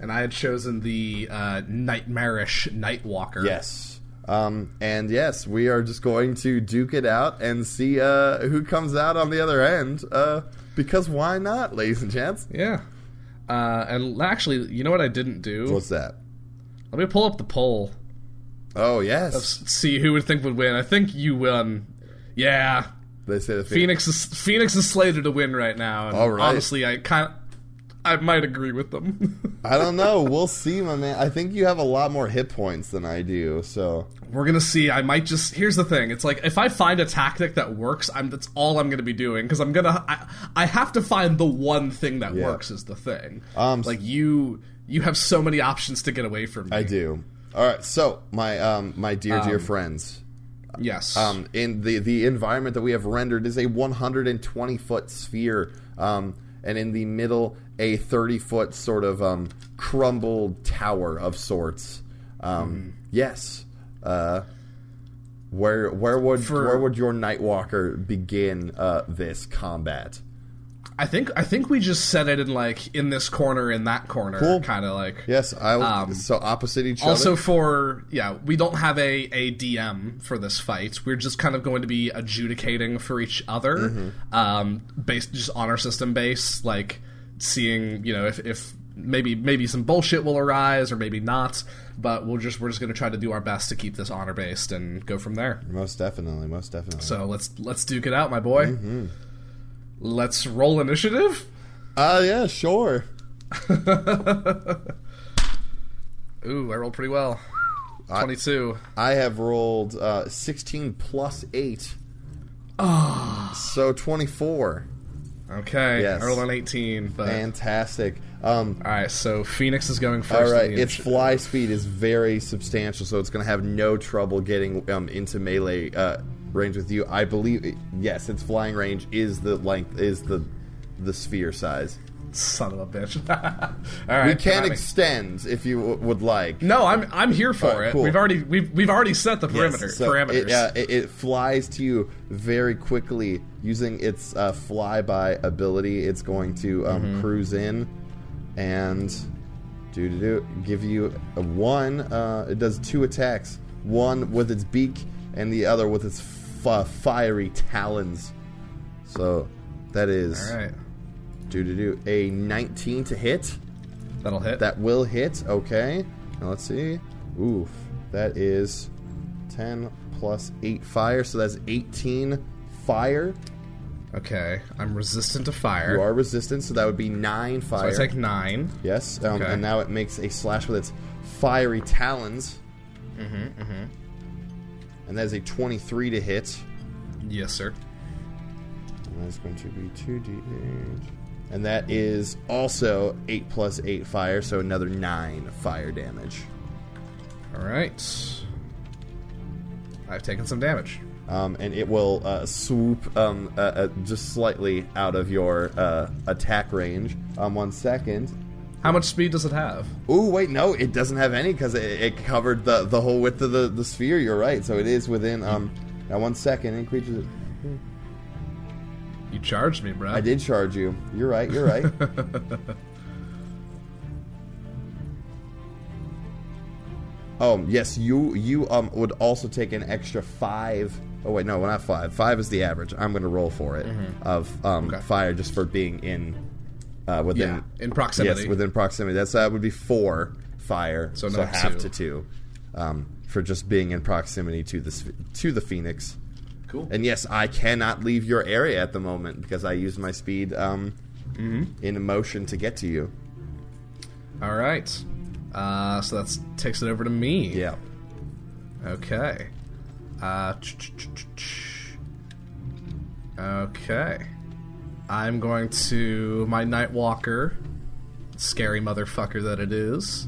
S3: And I had chosen the uh, nightmarish Nightwalker.
S2: Yes. Um, and yes, we are just going to duke it out and see uh, who comes out on the other end. Uh, because why not, ladies and gents?
S3: Yeah. Uh, and actually, you know what I didn't do?
S2: What's that?
S3: Let me pull up the poll.
S2: Oh yes,
S3: See who would think would win. I think you win. Yeah,
S2: they say the Phoenix.
S3: Phoenix is Phoenix is slated to win right now. And
S2: All right.
S3: Honestly, I kind of, I might agree with them.
S2: I don't know. We'll see, my man. I think you have a lot more hit points than I do, so.
S3: We're gonna see. I might just. Here's the thing. It's like if I find a tactic that works, I'm that's all I'm gonna be doing because I'm gonna. I, I have to find the one thing that works is the thing.
S2: Um,
S3: like you, you have so many options to get away from. Me.
S2: I do. All right. So my um my dear dear friends,
S3: Yes.
S2: um in the the environment that we have rendered is a 120 foot sphere, um and in the middle a 30 foot sort of um Hmm. crumbled tower of sorts. Um yes. Uh Where where would
S3: For-
S2: where would your Nightwalker begin uh, this combat?
S3: I think I think we just set it in like in this corner, in that corner,
S2: Cool.
S3: kind of like.
S2: Yes, I will.
S3: Um,
S2: so opposite each
S3: Also
S2: other.
S3: for yeah, we don't have a, a DM for this fight. We're just kind of going to be adjudicating for each other,
S2: Mm-hmm.
S3: um, based just honor system based, like seeing you know if, if maybe maybe some bullshit will arise or maybe not. But we'll just we're just going to try to do our best to keep this honor based and go from there.
S2: Most definitely, most definitely.
S3: So let's let's duke it out, my boy.
S2: Mm-hmm.
S3: Let's roll initiative.
S2: Ah, yeah, sure.
S3: Ooh, I rolled pretty well.
S2: I-
S3: Twenty two.
S2: I have rolled uh, 16 plus 8.
S3: Ah.
S2: So 24.
S3: Okay,
S2: Yes.
S3: I rolled an eighteen, but.
S2: Fantastic. Um,
S3: All right, so Phoenix is going first.
S2: all
S3: in
S2: right,
S3: the
S2: its
S3: initi-
S2: fly speed is very substantial, so it's going to have no trouble getting um, into melee uh, range with you. I believe, yes, its flying range is the length, is the the sphere size.
S3: son of a bitch. all right,
S2: We can
S3: come at me.
S2: extend if you w- would like.
S3: no, I'm I'm here for
S2: All right,
S3: it.
S2: cool.
S3: We've already we've we've already set the
S2: Yes,
S3: perimeter
S2: so
S3: parameters.
S2: It, uh, it, it flies to you very quickly using its uh, flyby ability. It's going to um,
S3: Mm-hmm.
S2: cruise in and do do do give you a one. Uh, it does two attacks: one with its beak and the other with its f- uh, fiery talons. So that is
S3: all right,
S2: do do do a 19 to hit.
S3: that'll hit.
S2: That will hit, okay. Now let's see. Oof. That is 10 plus 8 fire, so that's 18 fire.
S3: okay, I'm resistant to fire.
S2: You are resistant, so that would be 9
S3: so I
S2: fire.
S3: take nine.
S2: yes, um,
S3: Okay.
S2: and now it makes a slash with its fiery talons. Mm-hmm, mm-hmm. And that is a 23 to hit.
S3: Yes, sir.
S2: And that's going to be 2d8. And that is also 8 plus 8 fire, so another 9 fire damage.
S3: All right, I've taken some damage.
S2: um, and it will uh, swoop um, uh, uh, just slightly out of your uh, attack range. Um, one second.
S3: How much speed does it have?
S2: Ooh, wait, no, it doesn't have any because it, it covered the, the whole width of the, the sphere. You're right, so it is within. Um, now, one second. Any creatures.
S3: You charged me, bro.
S2: I did charge you. You're right. You're right. um. Yes. You. You. Um. Would also take an extra five. Oh wait. No. Well, not five. Five is the average. I'm going to roll for it of um
S3: Mm-hmm. Okay.
S2: fire just for being in uh within
S3: Yeah, in proximity.
S2: Yes, within proximity. That's that would be four fire.
S3: So
S2: So,
S3: not
S2: half
S3: two.
S2: to two, um, for just being in proximity to this to the phoenix.
S3: Cool.
S2: And yes, I cannot leave your area at the moment because I used my speed um,
S3: Mm-hmm.
S2: in motion to get to you.
S3: All right. Uh, so that takes it over to me.
S2: Yeah.
S3: Okay. Uh, ch- ch- ch- ch- ch. okay. I'm going to my Nightwalker, scary motherfucker that it is,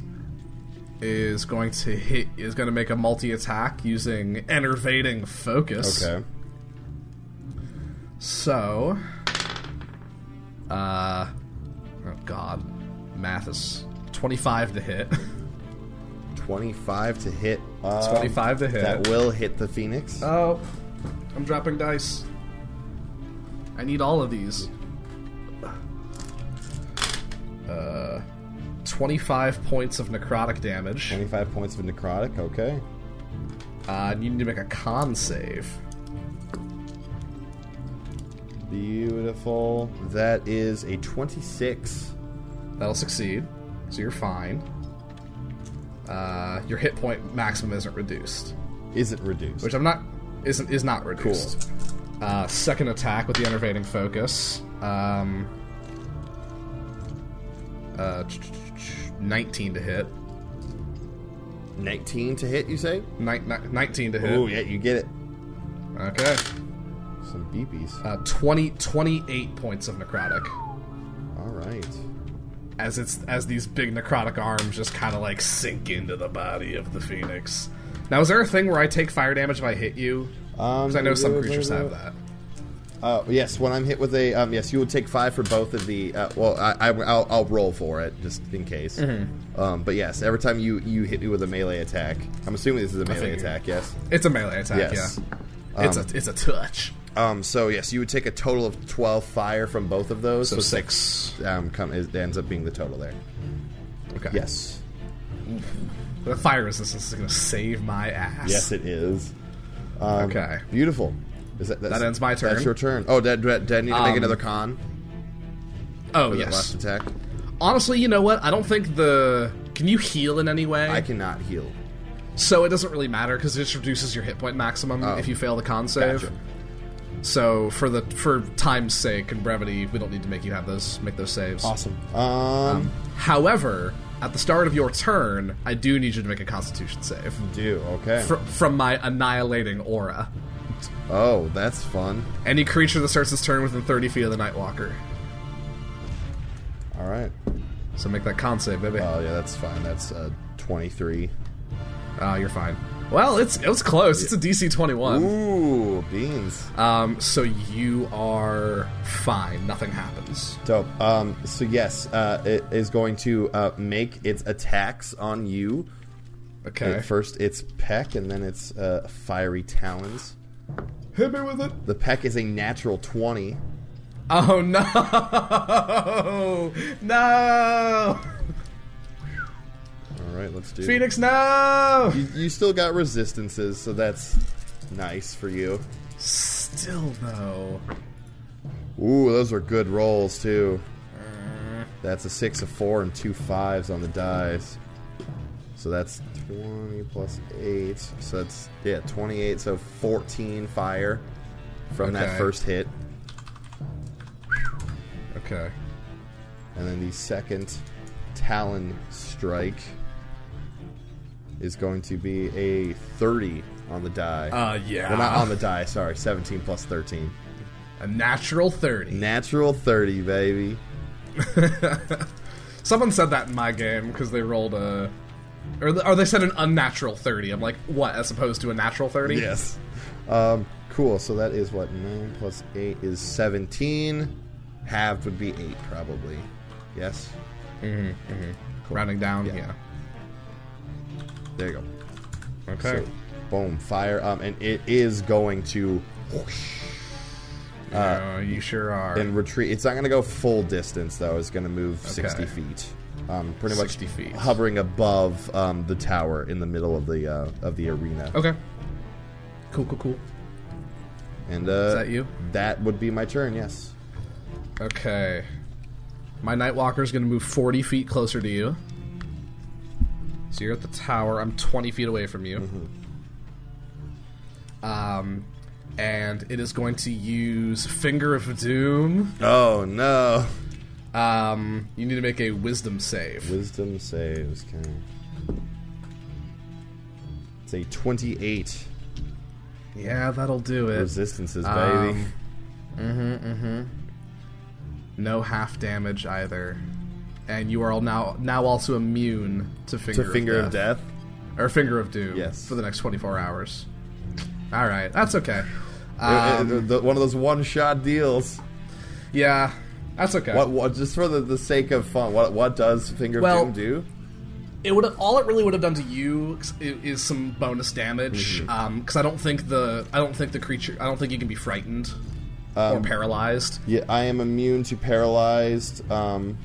S3: is going to hit is going to make a multi attack using enervating focus.
S2: Okay.
S3: So, uh, oh god, math is twenty five to hit.
S2: 25 to hit. Um,
S3: 25 to hit.
S2: That will hit the phoenix.
S3: Oh, I'm dropping dice. I need all of these. Uh, 25 points of necrotic damage. Uh,
S2: 25 points of necrotic. Okay.
S3: I need to make a con save.
S2: Beautiful. That is a 26.
S3: That'll succeed, so you're fine. Uh, your hit point maximum isn't reduced,
S2: Isn't reduced.
S3: which I'm not isn't is not reduced. Uh, second attack with the enervating focus. Um, uh, 19 to hit.
S2: 19 to hit, you say?
S3: Ni- ni- 19 to hit.
S2: Oh, yeah, you get it.
S3: Okay.
S2: Some beepies.
S3: Uh, 20, 28 points of necrotic.
S2: All right.
S3: As it's as these big necrotic arms just kind of like sink into the body of the phoenix. Now, is there a thing where I take fire damage if I hit you?
S2: Um,
S3: Because I know some creatures have that.
S2: Uh, yes, when I'm hit with a um, yes, you would take five for both of the. Uh, well, I, I, I'll, I'll roll for it just in case.
S3: Mm-hmm.
S2: Um, but yes, every time you you hit me with a melee attack, I'm assuming this is a melee attack. Yes.
S3: It's a melee attack.
S2: Yes.
S3: Yeah, it's a it's a touch.
S2: Um, so yes, you would take a total of twelve fire from both of those.
S3: So
S2: it's like,
S3: six.
S2: um, come, it ends up being the total there.
S3: Okay.
S2: Yes.
S3: The fire resistance is going to save my ass.
S2: Yes, it is.
S3: okay.
S2: Beautiful. Is that, that's,
S3: That ends my turn.
S2: That's your turn. Oh, did, did, did I need to make
S3: Um,
S2: another con
S3: Oh
S2: for that last
S3: yes.
S2: attack?
S3: Honestly, you know what? I don't think the can you heal in any way.
S2: I cannot heal.
S3: So it doesn't really matter because it just reduces your hit point maximum if you fail the con save.
S2: Oh, Gotcha.
S3: So for the for time's sake and brevity, we don't need to make you have those make those saves.
S2: Awesome. Um,
S3: However, at the start of your turn, I do need you to make a Constitution save
S2: do okay.
S3: fr- from my annihilating aura.
S2: oh, that's fun.
S3: Any creature that starts its turn within 30 feet of the Nightwalker.
S2: All right.
S3: So make that con save, baby.
S2: Oh yeah, that's fine. That's uh, twenty three.
S3: Ah, you're fine. Well, it's it was close. It's a DC 21.
S2: Ooh, beans.
S3: Um, so you are fine. Nothing happens.
S2: Dope. Um, so yes, uh, it is going to uh, make its attacks on you.
S3: Okay.
S2: At first, it's peck, and then it's uh, fiery talons.
S3: Hit me with it.
S2: The peck is a natural twenty.
S3: Oh no! No!
S2: All right, let's do. it.
S3: Phoenix, no!
S2: You, you still got resistances, so that's nice for you.
S3: Still though.
S2: Ooh, those were good rolls too. That's a six, a four, and two fives on the dice. So that's twenty plus eight. So that's yeah, twenty-eight. So fourteen fire from
S3: Okay.
S2: that first hit,
S3: Okay.
S2: and then the second talon strike is going to be a thirty on the die.
S3: Uh, yeah.
S2: well, not on the die. Sorry, seventeen plus thirteen.
S3: A natural 30.
S2: Natural thirty, baby.
S3: Someone said that in my game because they rolled a. Or, th- or they said an unnatural 30. I'm like, what, as opposed to a natural 30?
S2: Yes. Um, cool. So that is what nine plus eight is seventeen. Halved would be eight, probably. Yes.
S3: Rounding down, yeah.
S2: Yeah. There you go.
S3: Okay.
S2: So, boom, fire. Um, and it is going to whoosh
S3: uh, you sure are.
S2: and retreat. It's not going to go full distance though. It's going to move sixty feet. Um, pretty much
S3: 60 feet.
S2: hovering above um, the tower in the middle of the uh, of the arena.
S3: okay. Cool, cool, cool.
S2: And uh,
S3: that you?
S2: That would be my turn. Yes.
S3: Okay. My Nightwalker's gonna move 40 feet closer to you. So you're at the tower. I'm 20 feet away from you.
S2: Mm-hmm.
S3: Um, and it is going to use Finger of Doom.
S2: Oh no.
S3: Um, you need to make a Wisdom save.
S2: Wisdom saves. Can it's a twenty-eight
S3: Yeah, that'll do it.
S2: resistances,
S3: Um,
S2: baby.
S3: No half damage either. And you are all now now also immune to Finger,
S2: to finger of death.
S3: or Finger of Doom
S2: Yes.
S3: for the next 24 hours. All right, that's okay.
S2: Uh,
S3: Um,
S2: uh, the- one of those one-shot deals.
S3: yeah, that's okay.
S2: What, what? Just for the, the sake of fun. What? What does finger
S3: Well-
S2: of doom do?
S3: It would all it really would have done to you is, is some bonus damage
S2: Mm-hmm.
S3: because I don't think the I don't think the creature I don't think you can be frightened
S2: Um,
S3: or paralyzed.
S2: Yeah, I am immune to paralyzed, um,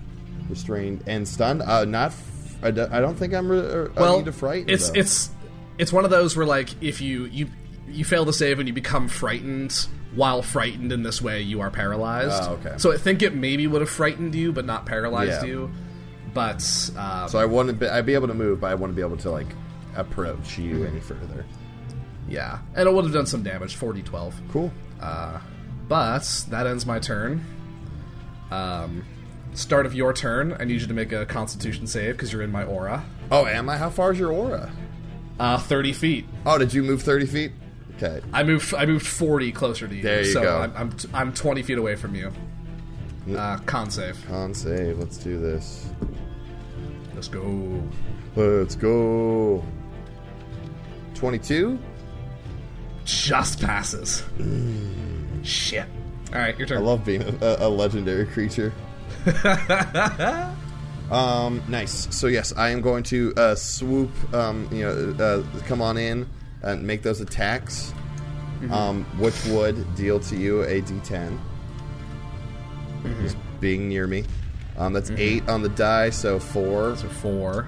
S2: restrained, and stunned. Uh, not. F- I, do, I don't think I'm. Re- or- I
S3: Well,
S2: need to frighten.
S3: it's
S2: though.
S3: it's it's one of those where like if you you you fail to save and you become frightened while frightened in this way you are paralyzed.
S2: Oh, okay.
S3: So I think it maybe would have frightened you but not paralyzed
S2: Yeah.
S3: you. But um,
S2: So I want to. Be, I'd be able to move, but I want to be able to like approach you any further.
S3: yeah, and it would have done some damage 40 12.
S2: Cool.
S3: But that ends my turn. Um, start of your turn. I need you to make a Constitution save because you're in my aura.
S2: Oh, am I? How far is your aura?
S3: Uh, thirty feet.
S2: Oh, did you move 30 feet? Okay.
S3: I moved. I moved forty closer to you.
S2: There you
S3: so
S2: go.
S3: I'm, I'm t- I'm twenty feet away from you. Uh, con save.
S2: Con save. Let's do this.
S3: Let's go.
S2: Let's go. 22?
S3: Just passes. Shit. All right, your
S2: I
S3: turn.
S2: love being a, a legendary creature. Um, nice. So yes, I am going to uh, swoop. Um, you know, uh, come on in and make those attacks, um, which would deal to you a D10. Just being near me, um, that's eight on the die, so four.
S3: So four.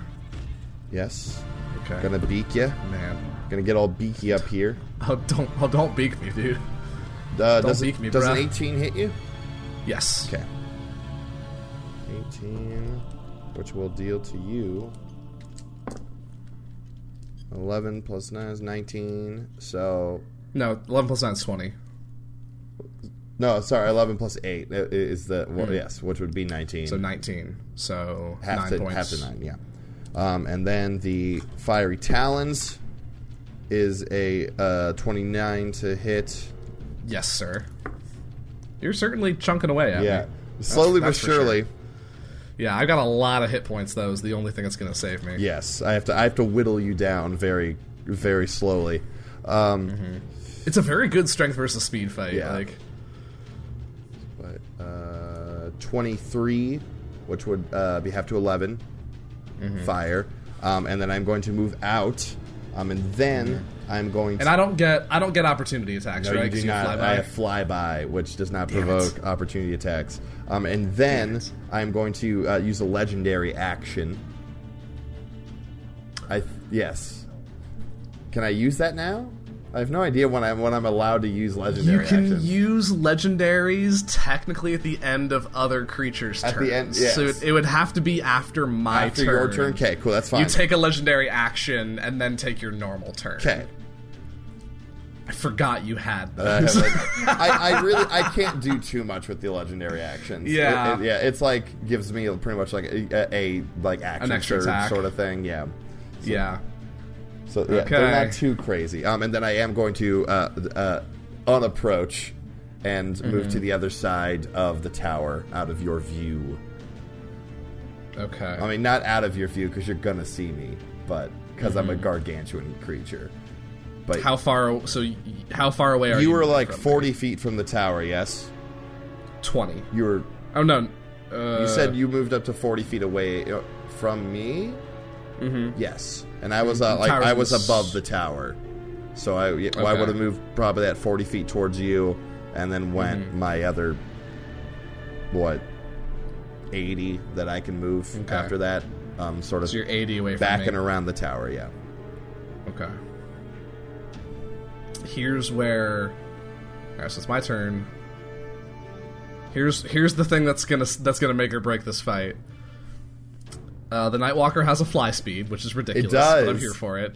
S2: Yes,
S3: Okay.
S2: gonna beak you.
S3: Man.
S2: Gonna get all beaky up here.
S3: Oh, don't oh, don't beak me, dude.
S2: Uh, does
S3: beak me,
S2: does an
S3: bruh.
S2: eighteen hit you?
S3: Yes.
S2: Okay. 18, which will deal to you 11 plus 9 is 19. So,
S3: No, eleven plus nine is twenty.
S2: no, sorry, 11 plus 8 i- i- is the, well, yes, which would be 19.
S3: Hmm. So nineteen. So
S2: half,
S3: nine
S2: to,
S3: points.
S2: half to 9, yeah. Um, and then the Fiery Talons is a uh, 29 to hit.
S3: Yes, sir. You're certainly chunking away at
S2: Yeah.
S3: me.
S2: Slowly
S3: that's
S2: but
S3: for sure.
S2: surely.
S3: Yeah, I've got a lot of hit points. Though is the only thing that's going to save me.
S2: Yes, I have to I have to whittle you down very very slowly. Um,
S3: It's a very good strength versus speed fight.
S2: Yeah.
S3: Like, Mm-hmm.
S2: but uh, 23, which would uh, be half to 11,
S3: Mm-hmm.
S2: fire. Um, and then I'm going to move out, um, and then I'm going to.
S3: Mm-hmm. and I don't get I don't get opportunity attacks.
S2: no,
S3: right?
S2: Oh, you
S3: 'Cause
S2: do not.
S3: Fly
S2: I
S3: by.
S2: have fly by, which does not
S3: it.
S2: provoke opportunity attacks. Um, and then I'm going to uh, use a legendary action. I yes. Can I use that now? I have no idea when I'm when I'm allowed to use
S3: you
S2: legendary
S3: can
S2: action.
S3: use legendaries technically at the end of other creatures'
S2: At
S3: turns.
S2: the end- yes.
S3: So it, it would have to be after my
S2: after
S3: turn.
S2: your turn. Okay, cool. That's fine.
S3: You take a legendary action and then take your normal turn.
S2: okay.
S3: I forgot you had
S2: I,
S3: those.
S2: have, like- I, I really I can't do too much with the legendary actions. It-
S3: Yeah.
S2: it- yeah. It's like gives me pretty much like a, a, a, like action
S3: extra
S2: surge
S3: attack.
S2: sort of thing. Yeah.
S3: yeah.
S2: So yeah, they're
S3: Okay.
S2: not too crazy. Um, and then I am going to uh, uh, unapproach and move
S3: Mm-hmm.
S2: to the other side of the tower out of your view.
S3: Okay.
S2: I mean, not out of your view because you're gonna see me, but because I'm a
S3: Mm-hmm.
S2: gargantuan creature. But
S3: how far? So y- how far away are you?
S2: you were like
S3: from me?
S2: 40 feet from the tower, yes?
S3: twenty.
S2: You were
S3: Oh no. Uh,
S2: You said you moved up to forty feet away uh, from me. Mm-hmm. Yes, and I was uh, like
S3: tower's
S2: I
S3: in
S2: was
S3: the s-
S2: above the tower, so I y- well, I
S3: Okay.
S2: would have moved probably at forty feet towards you, and then went
S3: Mm-hmm.
S2: my other what eighty that I can move
S3: Okay.
S2: after that, um, sort of
S3: so you're eighty away from me.
S2: back and around the tower. Yeah,
S3: Okay. Here's where. Alright, so it's my turn. Here's here's the thing that's gonna that's gonna make or break this fight. Uh, the Nightwalker has a fly speed, which is ridiculous. But I'm
S2: does.
S3: here for it.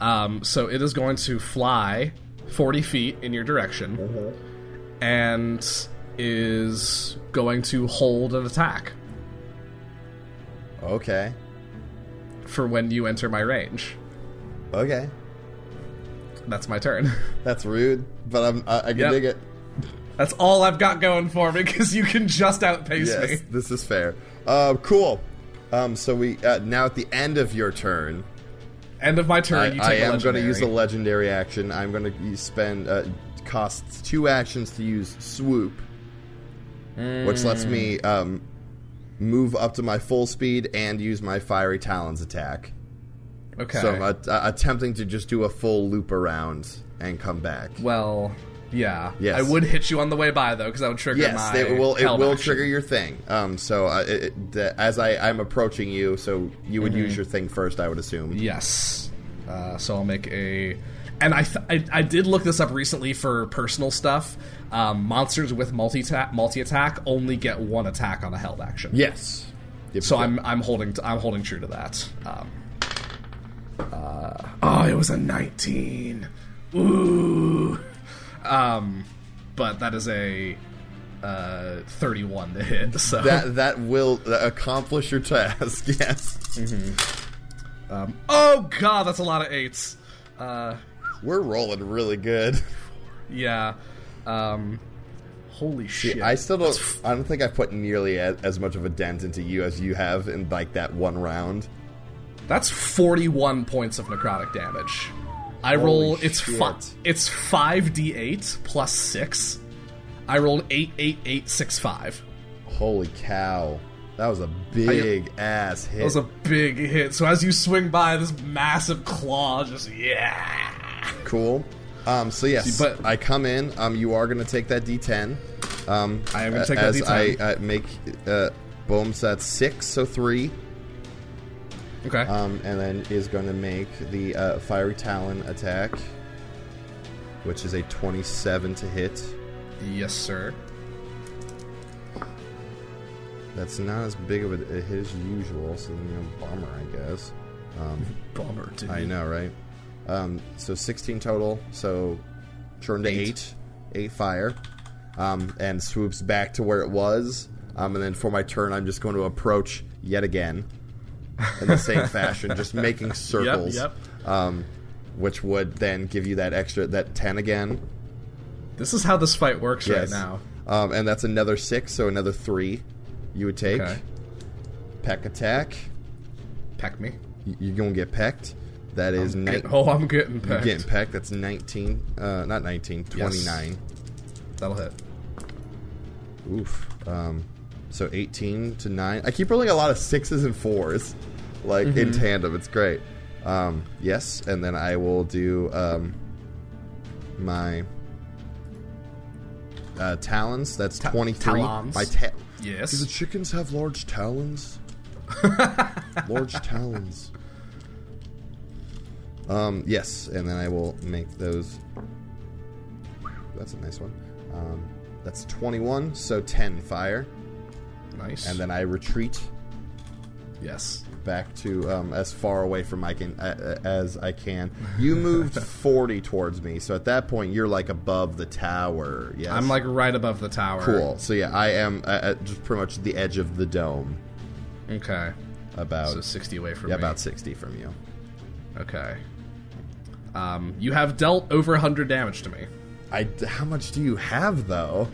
S3: Um, so it is going to fly 40 feet in your direction, and is going to hold an attack
S2: okay,
S3: for when you enter my range.
S2: okay,
S3: That's my turn.
S2: that's rude, but I'm I, I can
S3: Yep.
S2: dig it.
S3: That's all I've got going for me because you can just outpace
S2: Yes,
S3: me.
S2: this is fair. Uh, cool. Um, so we uh, now at the end of your turn.
S3: End of my
S2: I,
S3: turn. you take
S2: I am
S3: going to
S2: use a legendary action. I'm going to spend uh, costs two actions to use swoop, which lets
S3: Hmm.
S2: me um, move up to my full speed and use my fiery talons attack.
S3: Okay.
S2: So I'm att- uh, attempting to just do a full loop around and come back.
S3: well, yeah.
S2: Yes.
S3: I would hit you on the way by though because that would trigger
S2: Yes,
S3: my.
S2: it will. It
S3: held
S2: will
S3: action.
S2: trigger your thing. Um, so uh, it, it, the, as I, I'm approaching you, so you would
S3: Mm-hmm.
S2: use your thing first, I would assume.
S3: Yes. Uh, so I'll make a. And I, th- I I did look this up recently for personal stuff. Um, monsters with multi multi attack only get one attack on a held action.
S2: Yes. Yep,
S3: So
S2: yep.
S3: I'm I'm holding t- I'm holding true to that. Um, uh, oh, it was a 19. Ooh. Um, but that is a uh 31 to hit. So
S2: That that will uh, accomplish your task. Yes.
S3: oh god, that's a lot of eights. Uh,
S2: We're rolling really good.
S3: yeah. Um, holy shit.
S2: I still don't. I don't think I put nearly as, as much of a dent into you as you have in like that one round.
S3: That's 41 points of necrotic damage. I roll it's fi-
S2: shit.
S3: it's 5d8 plus 6. I rolled 88865.
S2: Holy cow! That was a big ass hit.
S3: That was a big hit. So as you swing by, this massive claw just yeah.
S2: cool. Um, so yes,
S3: But-
S2: but I come in. Um, you are going to take that D10. Um,
S3: I am gonna
S2: a-
S3: take that
S2: as
S3: D10.
S2: I, I make uh, Bohm's at six, so three,
S3: Okay.
S2: um, and then is going to make the uh, fiery talon attack, which is a twenty-seven to hit.
S3: yes, sir.
S2: That's not as big of a, a hit as usual, so you know, bomber, I guess.
S3: Bummer, dude.
S2: I know, right? Um, so 16 total. So turned to
S3: Eight.
S2: eight, eight fire, um, and swoops back to where it was. Um, and then for my turn, I'm just going to approach yet again in the same fashion, just making circles,
S3: yep.
S2: Um, which would then give you that extra that 10 again.
S3: This is how this fight works right
S2: Yes.
S3: now.
S2: Um, and that's another six, so another three. You would take
S3: Okay.
S2: peck attack.
S3: Peck me.
S2: Y- You're gonna get pecked. That is
S3: Get-
S2: nine.
S3: oh, I'm getting pecked.
S2: Getting pecked. That's 19. Uh, not 19. 29.
S3: That'll hit.
S2: Oof. Um, so 18 to 9. I keep rolling a lot of sixes and fours, like in tandem. It's great. Um, yes, and then I will do um, my uh, talons. That's 23.
S3: talons.
S2: My ta- Do the
S3: Yes.
S2: chickens have large talons? large talons. Um, yes, and then I will make those. That's a nice one. Um, that's 21, so 10 fire.
S3: Nice.
S2: And uh, then I retreat
S3: yes.
S2: back to um, as far away from I can uh, as I can. You moved 40 towards me, so at that point you're like above the tower. Yes.
S3: I'm like right above the tower.
S2: cool. So yeah, I am uh, at just pretty much the edge of the dome.
S3: Okay.
S2: About
S3: So 60 away from
S2: Yeah,
S3: me.
S2: about 60 from you.
S3: Okay. Um, you have dealt over 100 damage to me.
S2: I, how much do you have, though?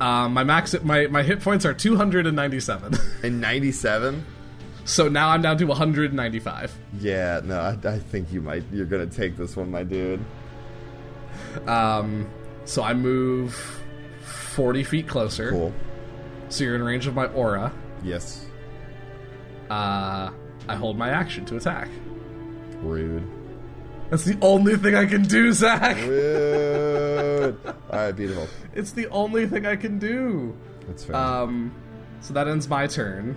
S3: Um, my max, my, my hit points are 297.
S2: In 97?
S3: so now I'm down to 195.
S2: Yeah, no, I, I think you might. You're going to take this one, my dude.
S3: Um, so I move 40 feet closer.
S2: Cool.
S3: So you're in range of my aura.
S2: Yes.
S3: Uh, I hold my action to attack.
S2: Rude.
S3: That's the only thing I can do, Zach.
S2: Rude. All right, beautiful.
S3: It's the only thing I can do.
S2: That's fair.
S3: Um, so that ends my turn.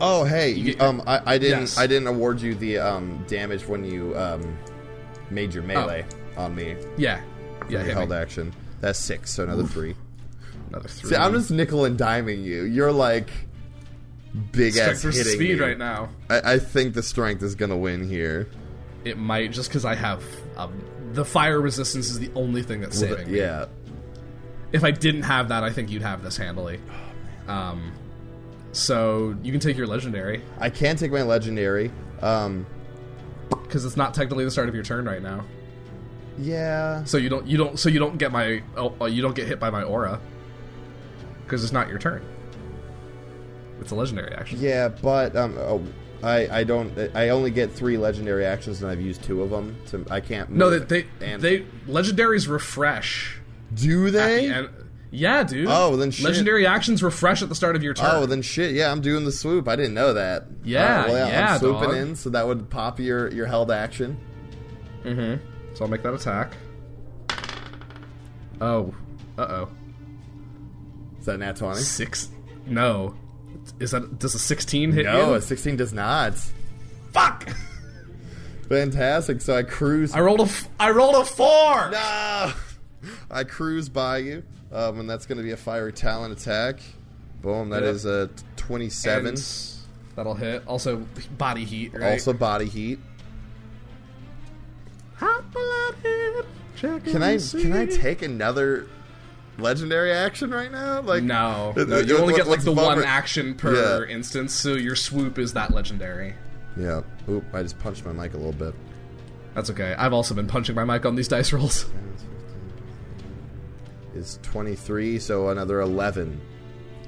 S2: oh, hey,
S3: you get-
S2: um, I, I didn't,
S3: Yes.
S2: I didn't award you the um damage when you um made your melee on me.
S3: Yeah, yeah,
S2: You
S3: Oh. hit
S2: held
S3: me.
S2: action. That's six, so another three.
S3: another three.
S2: See, I'm just nickel and diming you. You're like big ass
S3: Spectre's
S2: hitting
S3: speed
S2: me.
S3: right now.
S2: I, I think the strength is gonna win here.
S3: It might just because I have um, the fire resistance is the only thing that's saving. me.
S2: Yeah.
S3: If I didn't have that, I think you'd have this handily.
S2: Oh,
S3: Um, so you can take your legendary
S2: I can take my legendary. Um
S3: because it's not technically the start of your turn right now.
S2: yeah.
S3: So you don't you don't so you don't get my oh, oh, you don't get hit by my aura because it's not your turn. It's a legendary action.
S2: Yeah, but um oh, I I don't I only get 3 legendary actions and I've used two of them. So I can't
S3: No,
S2: move
S3: they they,
S2: and-
S3: they legendaries refresh.
S2: do
S3: at the
S2: they?
S3: end- yeah, dude.
S2: Oh, then shit.
S3: legendary actions refresh at the start of your turn.
S2: Oh, then shit. Yeah, I'm doing the swoop. I didn't know that.
S3: Yeah,
S2: Alright, well,
S3: yeah,
S2: I'm swooping
S3: dog.
S2: in, so that would pop your your held action.
S3: So I'll make that attack. Oh, uh oh.
S2: Is that a nat 20?
S3: Six? No. Is that does a sixteen hit you?
S2: No, a 16 Oh, does not.
S3: Fuck!
S2: Fantastic. So I cruise
S3: I rolled a f- I rolled a four.
S2: No! I cruise by you, um, and that's going to be a fiery talent attack. Boom, that
S3: Yep.
S2: is a t- 27.
S3: And That'll hit. Also body heat. Right?
S2: Also body heat.
S3: hot blooded. Check
S2: Can I
S3: and see.
S2: can I take another legendary action right now? Like
S3: No,
S2: It-
S3: no.
S2: it-
S3: You
S2: it-
S3: only get like
S2: what's
S3: the one
S2: bummer-
S3: action per
S2: Yeah.
S3: instance, so your swoop is that legendary.
S2: Yeah. Oop, I just punched my mic a little bit.
S3: That's okay. I've also been punching my mic on these dice rolls.
S2: Is 23, so another 11.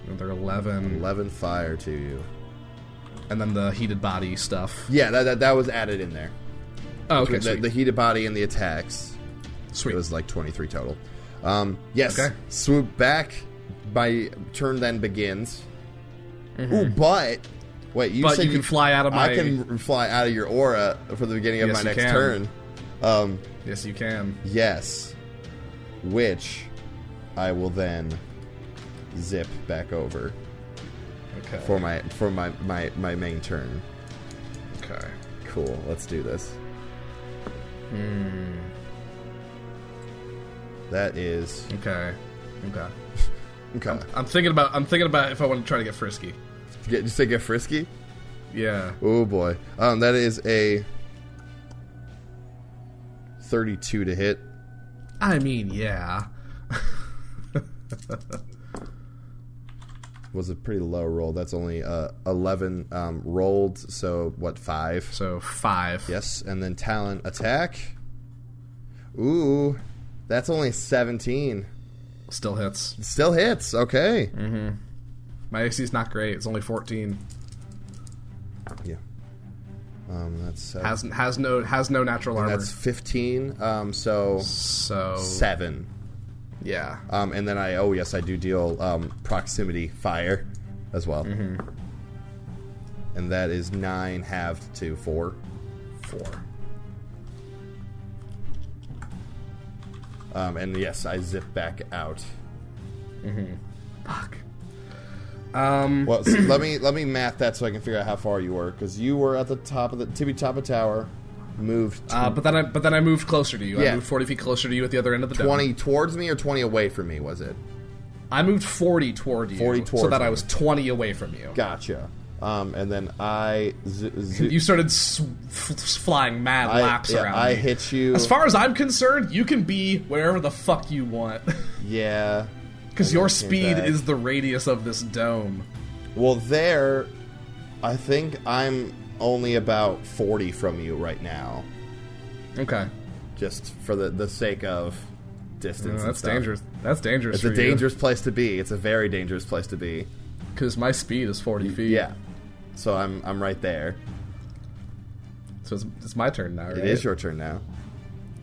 S3: Another eleven,
S2: 11 fire to you.
S3: and then the heated body stuff.
S2: Yeah, that that, that was added in there.
S3: Oh, okay,
S2: the,
S3: sweet.
S2: the heated body and the attacks.
S3: sweet.
S2: It was like 23 total. Um, yes.
S3: Okay.
S2: Swoop back. My turn then begins. Ooh, but wait, you
S3: Mm-hmm. But
S2: said
S3: you can fly out of my-
S2: I can fly out of your aura for the beginning of
S3: Yes,
S2: my
S3: you
S2: next
S3: can.
S2: turn. Um,
S3: Yes, you can.
S2: yes, which I will then zip back over
S3: Okay.
S2: for my for my my, my main turn.
S3: okay.
S2: Cool. Let's do this.
S3: Hmm.
S2: That is
S3: Okay. Okay.
S2: okay.
S3: I'm thinking about I'm thinking about if I want to try to get frisky.
S2: Get, just to get frisky.
S3: Yeah.
S2: Oh boy. Um, that is a thirty-two to hit.
S3: I mean, yeah.
S2: Was a pretty low roll. That's only uh eleven um, rolled. So what five?
S3: So five.
S2: Yes, and then talent attack. Ooh, that's only seventeen.
S3: Still hits.
S2: Still hits. Okay.
S3: Mm. My AC is not great. It's only 14.
S2: Yeah. Um, that's seven.
S3: Has has no has no natural armor.
S2: that's fifteen. Um, so
S3: so
S2: seven.
S3: yeah.
S2: Um, and then I oh yes I do deal um, proximity fire as well.
S3: Mm-hmm.
S2: And that is nine halved to four.
S3: Four.
S2: Um, and yes, I zip back out.
S3: Fuck. Mm-hmm.
S2: Well, so let me let me math that so I can figure out how far you were because you were at the top of the tippy top of tower, moved
S3: Uh, but then I but then I moved closer to you.
S2: Yeah.
S3: I moved 40 feet closer to you at the other end of the dome.
S2: twenty towards me or twenty away from me was it?
S3: I moved 40 toward you.
S2: 40
S3: so
S2: towards
S3: that I
S2: me.
S3: was 20 away from you.
S2: Gotcha. Um, and then I z- z-
S3: You started s- f- f- flying mad
S2: I,
S3: laps
S2: yeah,
S3: around.
S2: I
S3: me.
S2: hit you.
S3: As far as I'm concerned, you can be wherever the fuck you want.
S2: yeah.
S3: Because your speed
S2: back.
S3: is the radius of this dome.
S2: Well, there, I think I'm only about 40 from you right now,
S3: Okay.
S2: just for the, the sake of distance. and
S3: that's
S2: stuff.
S3: dangerous. That's dangerous.
S2: It's a dangerous place to be. It's a very dangerous place to be.
S3: Because my speed is 40 feet.
S2: Yeah. So I'm I'm right there.
S3: So it's, it's my turn now, right?
S2: It is your turn now.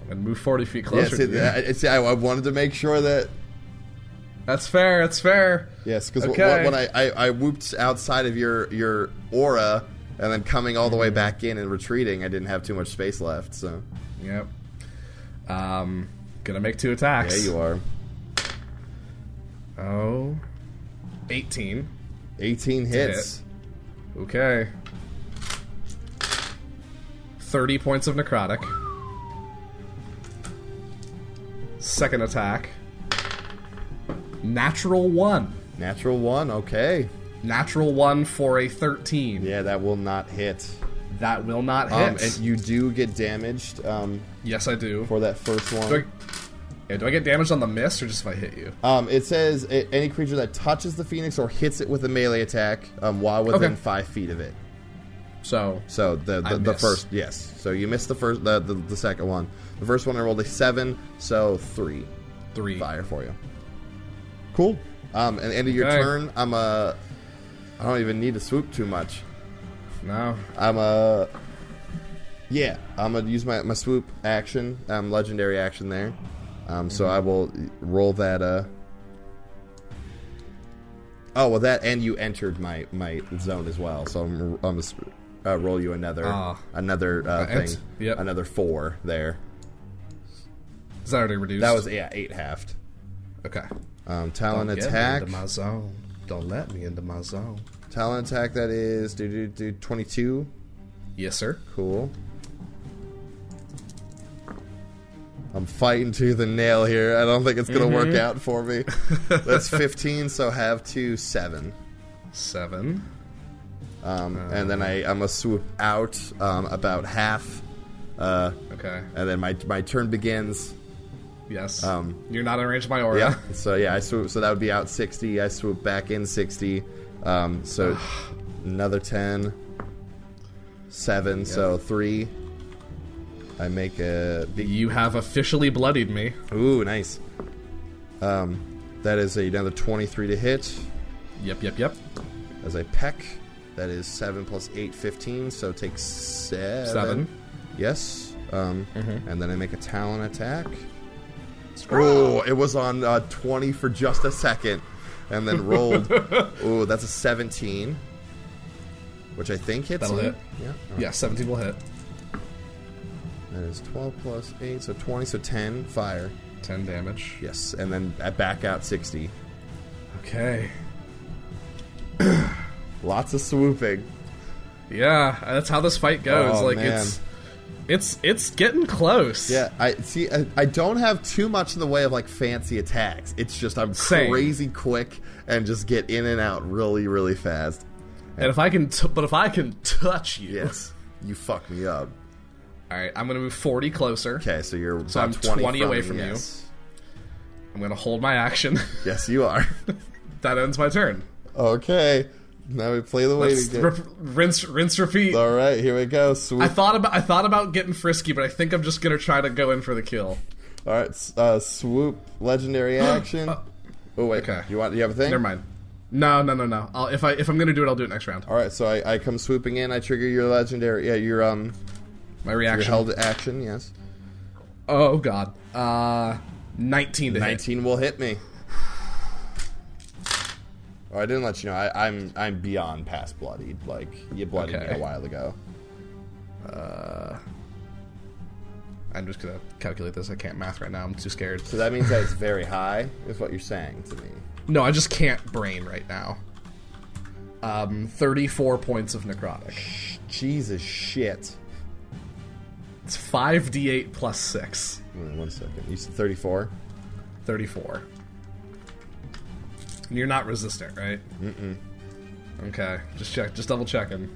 S3: And move 40 feet
S2: Yeah,
S3: closer
S2: see,
S3: to you.
S2: I, see, I, I wanted to make sure that
S3: That's fair. That's fair.
S2: yes, because
S3: Okay.
S2: when I, I I whooped outside of your your aura and then coming all the
S3: Mm-hmm.
S2: way back in and retreating, I didn't have too much space left. So
S3: Yep. Um, gonna make two attacks.
S2: there you are.
S3: are. Oh. 18.
S2: 18 hits.
S3: Okay. 30 points of necrotic. Second attack. Natural 1.
S2: Natural one, okay.
S3: Natural 1 for a 13.
S2: Yeah, that will not hit.
S3: That will not
S2: Um,
S3: hit.
S2: and you do get damaged um,
S3: yes, I do.
S2: for that first
S3: do,
S2: one.
S3: I, yeah, do I get damaged on the miss or just if I hit you?
S2: Um, it says a- any creature that touches the phoenix or hits it with a melee attack um, while within
S3: Okay.
S2: five feet of it.
S3: So,
S2: So the
S3: I
S2: the, the
S3: miss.
S2: first yes. So you missed the first the, the the second one. The first one I rolled a seven, so three
S3: 3.
S2: fire for you. Cool. Um, and end of your
S3: Okay.
S2: turn, I'm a. I don't even need to swoop too much.
S3: No.
S2: I'm a. Yeah, I'm gonna use my, my swoop action, um, legendary action there. Um,
S3: Mm-hmm.
S2: so I will roll that. Uh... Oh well, that and you entered my, my zone as well. So I'm I'm gonna s- uh, roll you another
S3: Ah.
S2: another uh,
S3: ent-
S2: thing,
S3: yep.
S2: another four there.
S3: Is that already reduced?
S2: That was yeah eight halved.
S3: Okay.
S2: Um, talent
S3: Don't get me
S2: attack,
S3: into my zone. Don't let me into my zone.
S2: talent attack. That is do do do twenty two.
S3: Yes, sir.
S2: Cool. I'm fighting to the nail here. I don't think it's going to work out for me. That's 15, so have two, seven.
S3: Seven.
S2: Um, and then I, I'm going to swoop out um, about half. Uh,
S3: Okay.
S2: and then my, my turn begins.
S3: Yes.
S2: Um,
S3: You're not in range of my aura.
S2: Yeah. So, yeah, I swoop. So that would be out 60. I swoop back in 60. Um, so another 10. Seven. So three. I make a big
S3: You have officially bloodied me.
S2: Ooh, nice. Um, that is another 23 to hit
S3: Yep, yep, yep.
S2: as I peck. That is 7 plus 8, 15, so take 7.
S3: Seven. Mm-hmm.
S2: Yes. Um, And then I make a talon attack. Oh, it was on uh, 20 for just a second. and then rolled. Ooh, that's a 17, which I think hits
S3: That'll
S2: you.
S3: hit.
S2: Yeah.
S3: Yeah, 17 will hit.
S2: That is 12 plus 8, so 20, so 10 fire.
S3: 10 damage.
S2: Yes, and then I back out 60.
S3: Okay.
S2: Lots of swooping.
S3: Yeah, that's how this fight goes.
S2: Oh,
S3: like
S2: man.
S3: it's it's it's getting close.
S2: Yeah, I see. I, I don't have too much in the way of like fancy attacks. It's just I'm
S3: Same.
S2: crazy quick and just get in and out really, really fast.
S3: And if I can t- but if I can touch you.
S2: Yes, you fuck me up.
S3: All right, I'm going to move 40 closer.
S2: Okay, so you're
S3: So
S2: about
S3: I'm 20 away from you.
S2: yes.
S3: I'm going to hold my action.
S2: you. Yes, you are.
S3: that ends my turn.
S2: okay, now we play the waiting
S3: Let's
S2: game.
S3: rip- rinse rinse repeat.
S2: All right, here we go. Swoop.
S3: I thought about I thought about getting frisky, but I think I'm just going to try to go in for the kill.
S2: All right, s- uh, swoop. Legendary action. oh wait,
S3: Uh, Okay.
S2: you want? You have a thing?
S3: Never mind. No, no, no, no. I'll, if I if I'm going to do it, I'll do it next round.
S2: All right, so I, I come swooping in. I trigger your legendary. Yeah, your um,
S3: My
S2: your
S3: reaction.
S2: held action. Yes,
S3: Oh god. Uh 19 to hit.
S2: nineteen will hit me. Oh, I didn't let you know. I, I'm I'm beyond past bloodied. Like you bloodied me
S3: Okay.
S2: a while ago.
S3: I'm just going to calculate this. I can't math right now. I'm too scared.
S2: So that means that it's very high, is what you're saying to me.
S3: No, I just can't brain right now. Um 34 points of necrotic.
S2: Jesus shit.
S3: It's 5d8 plus 6.
S2: Hold on One second. You said 34.
S3: 34. And you're not resistant, right? Mm-mm. Okay, just check, just double checking.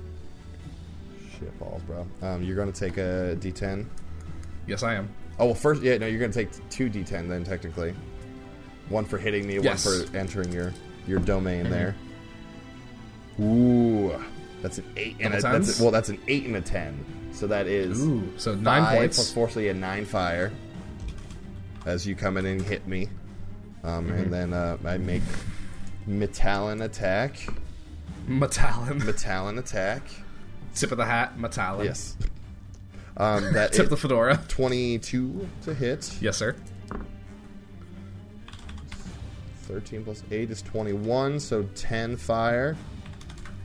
S2: Shit balls, bro. Um, you're gonna take a D10.
S3: Yes, I am.
S2: Oh well, first, yeah, no, you're gonna take two D10 then technically. One for hitting me,
S3: Yes. Mm-hmm.
S2: one for entering your your domain there. Ooh, that's an eight and a,
S3: Double
S2: that's
S3: tens?
S2: a, well, that's an eight and a ten. So that is
S3: Ooh, so nine
S2: five
S3: points.
S2: plus four, so yeah, nine fire. As you come in and hit me, um,
S3: Mm-hmm.
S2: and then uh, I make Metallic attack.
S3: Metallan.
S2: Metallic attack.
S3: Tip of the hat, Metallan.
S2: Yes. Um, that
S3: Tip
S2: is
S3: the fedora.
S2: 22 to hit.
S3: Yes, sir.
S2: 13 plus 8 is 21, so 10 fire.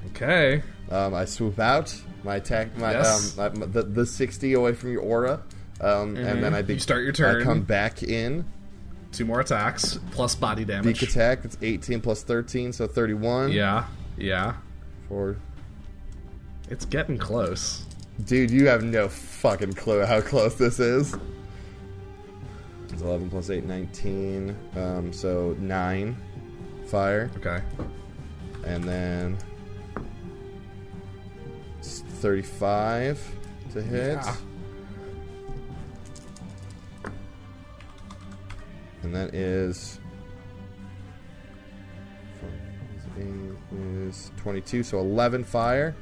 S3: Okay.
S2: Um, I swoop out. My attack, my,
S3: Yes.
S2: um, my- my- the, the 60 away from your aura. Um, And then I be-
S3: Mm-hmm. You start your turn.
S2: I come back in.
S3: Two more attacks plus body damage.
S2: Beak attack. It's 18 plus 13, so 31.
S3: Yeah, yeah.
S2: Or,
S3: It's getting close.
S2: dude, you have no fucking clue how close this is. It's 11 plus 8, 19. Um, so 9 fire.
S3: Okay.
S2: and then it's 35 to hit.
S3: Yeah.
S2: And that is four, eight is 22, so 11 fire,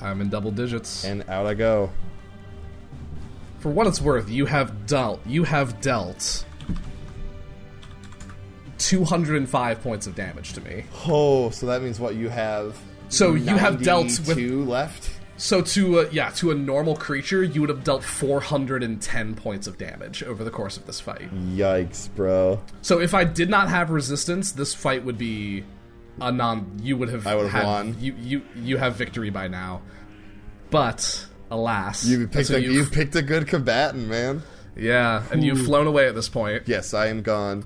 S3: I'm in double digits.
S2: and out I go.
S3: For what it's worth, you have dealt you have dealt 205 points of damage to me.
S2: Oh, so that means what you have.
S3: So you have dealt with-
S2: 92 left.
S3: So to a, yeah, to a normal creature, you would have dealt 410 points of damage over the course of this fight.
S2: Mm. Yikes, bro!
S3: So if I did not have resistance, this fight would be a non. You would have.
S2: I would have
S3: had-
S2: won.
S3: You you you have victory by now, but alas,
S2: You picked
S3: so
S2: a,
S3: you've-
S2: you picked a good combatant, man.
S3: yeah, and you've flown away at this point.
S2: Yes, I am gone.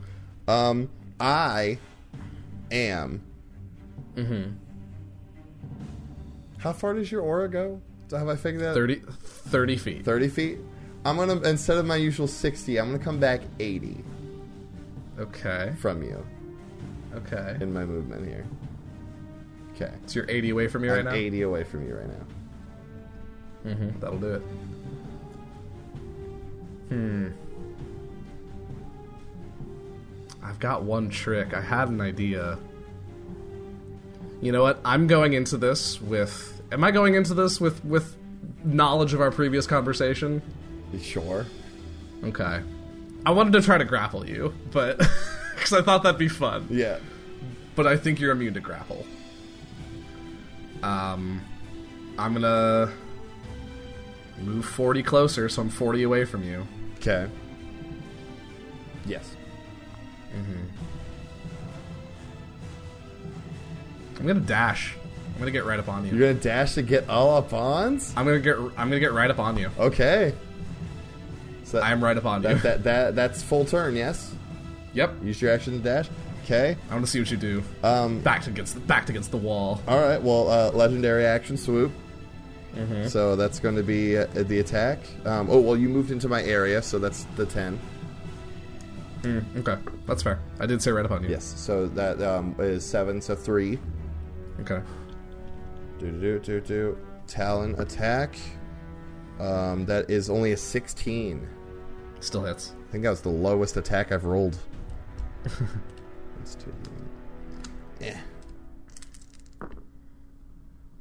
S2: Um, I am. Mm-hmm. How far does your aura go? Do- Have I figured that?
S3: 30, 30 feet.
S2: 30 feet. I'm gonna instead of my usual sixty, I'm gonna come back eighty
S3: Okay.
S2: from you
S3: Okay.
S2: in my movement here. Okay,
S3: So you're 80 away from me right
S2: I'm
S3: now.
S2: eighty away from you right now.
S3: That'll do it. Hmm. I've got one trick. I had an idea. You know what? I'm going into this with. Am I going into this with with knowledge of our previous conversation?
S2: You sure?
S3: Okay. I wanted to try to grapple you, but because I thought that'd be fun.
S2: Yeah.
S3: But I think you're immune to grapple. Um, I'm gonna move 40 closer, so I'm 40 away from you.
S2: Okay. Yes.
S3: I'm gonna dash. I'm gonna get right up on you.
S2: You're gonna dash to get all up ons?
S3: I'm gonna get. I'm gonna get right up on you.
S2: Okay. So that,
S3: I'm right up on you.
S2: that, that that that's full turn. Yes.
S3: Yep.
S2: Use your action to dash. Okay.
S3: I want to see what you do.
S2: Um.
S3: Backed against the backed against the wall.
S2: All right. Well, uh, legendary action swoop. So that's going to be uh, the attack. Um, oh well, you moved into my area, so that's the ten.
S3: Okay, that's fair. I did say right up on you.
S2: Yes. So that um, is seven. So three.
S3: Okay.
S2: Do do do do. Talon attack. Um, that is only a sixteen.
S3: Still hits.
S2: I think that was the lowest attack I've rolled. That's two. Yeah.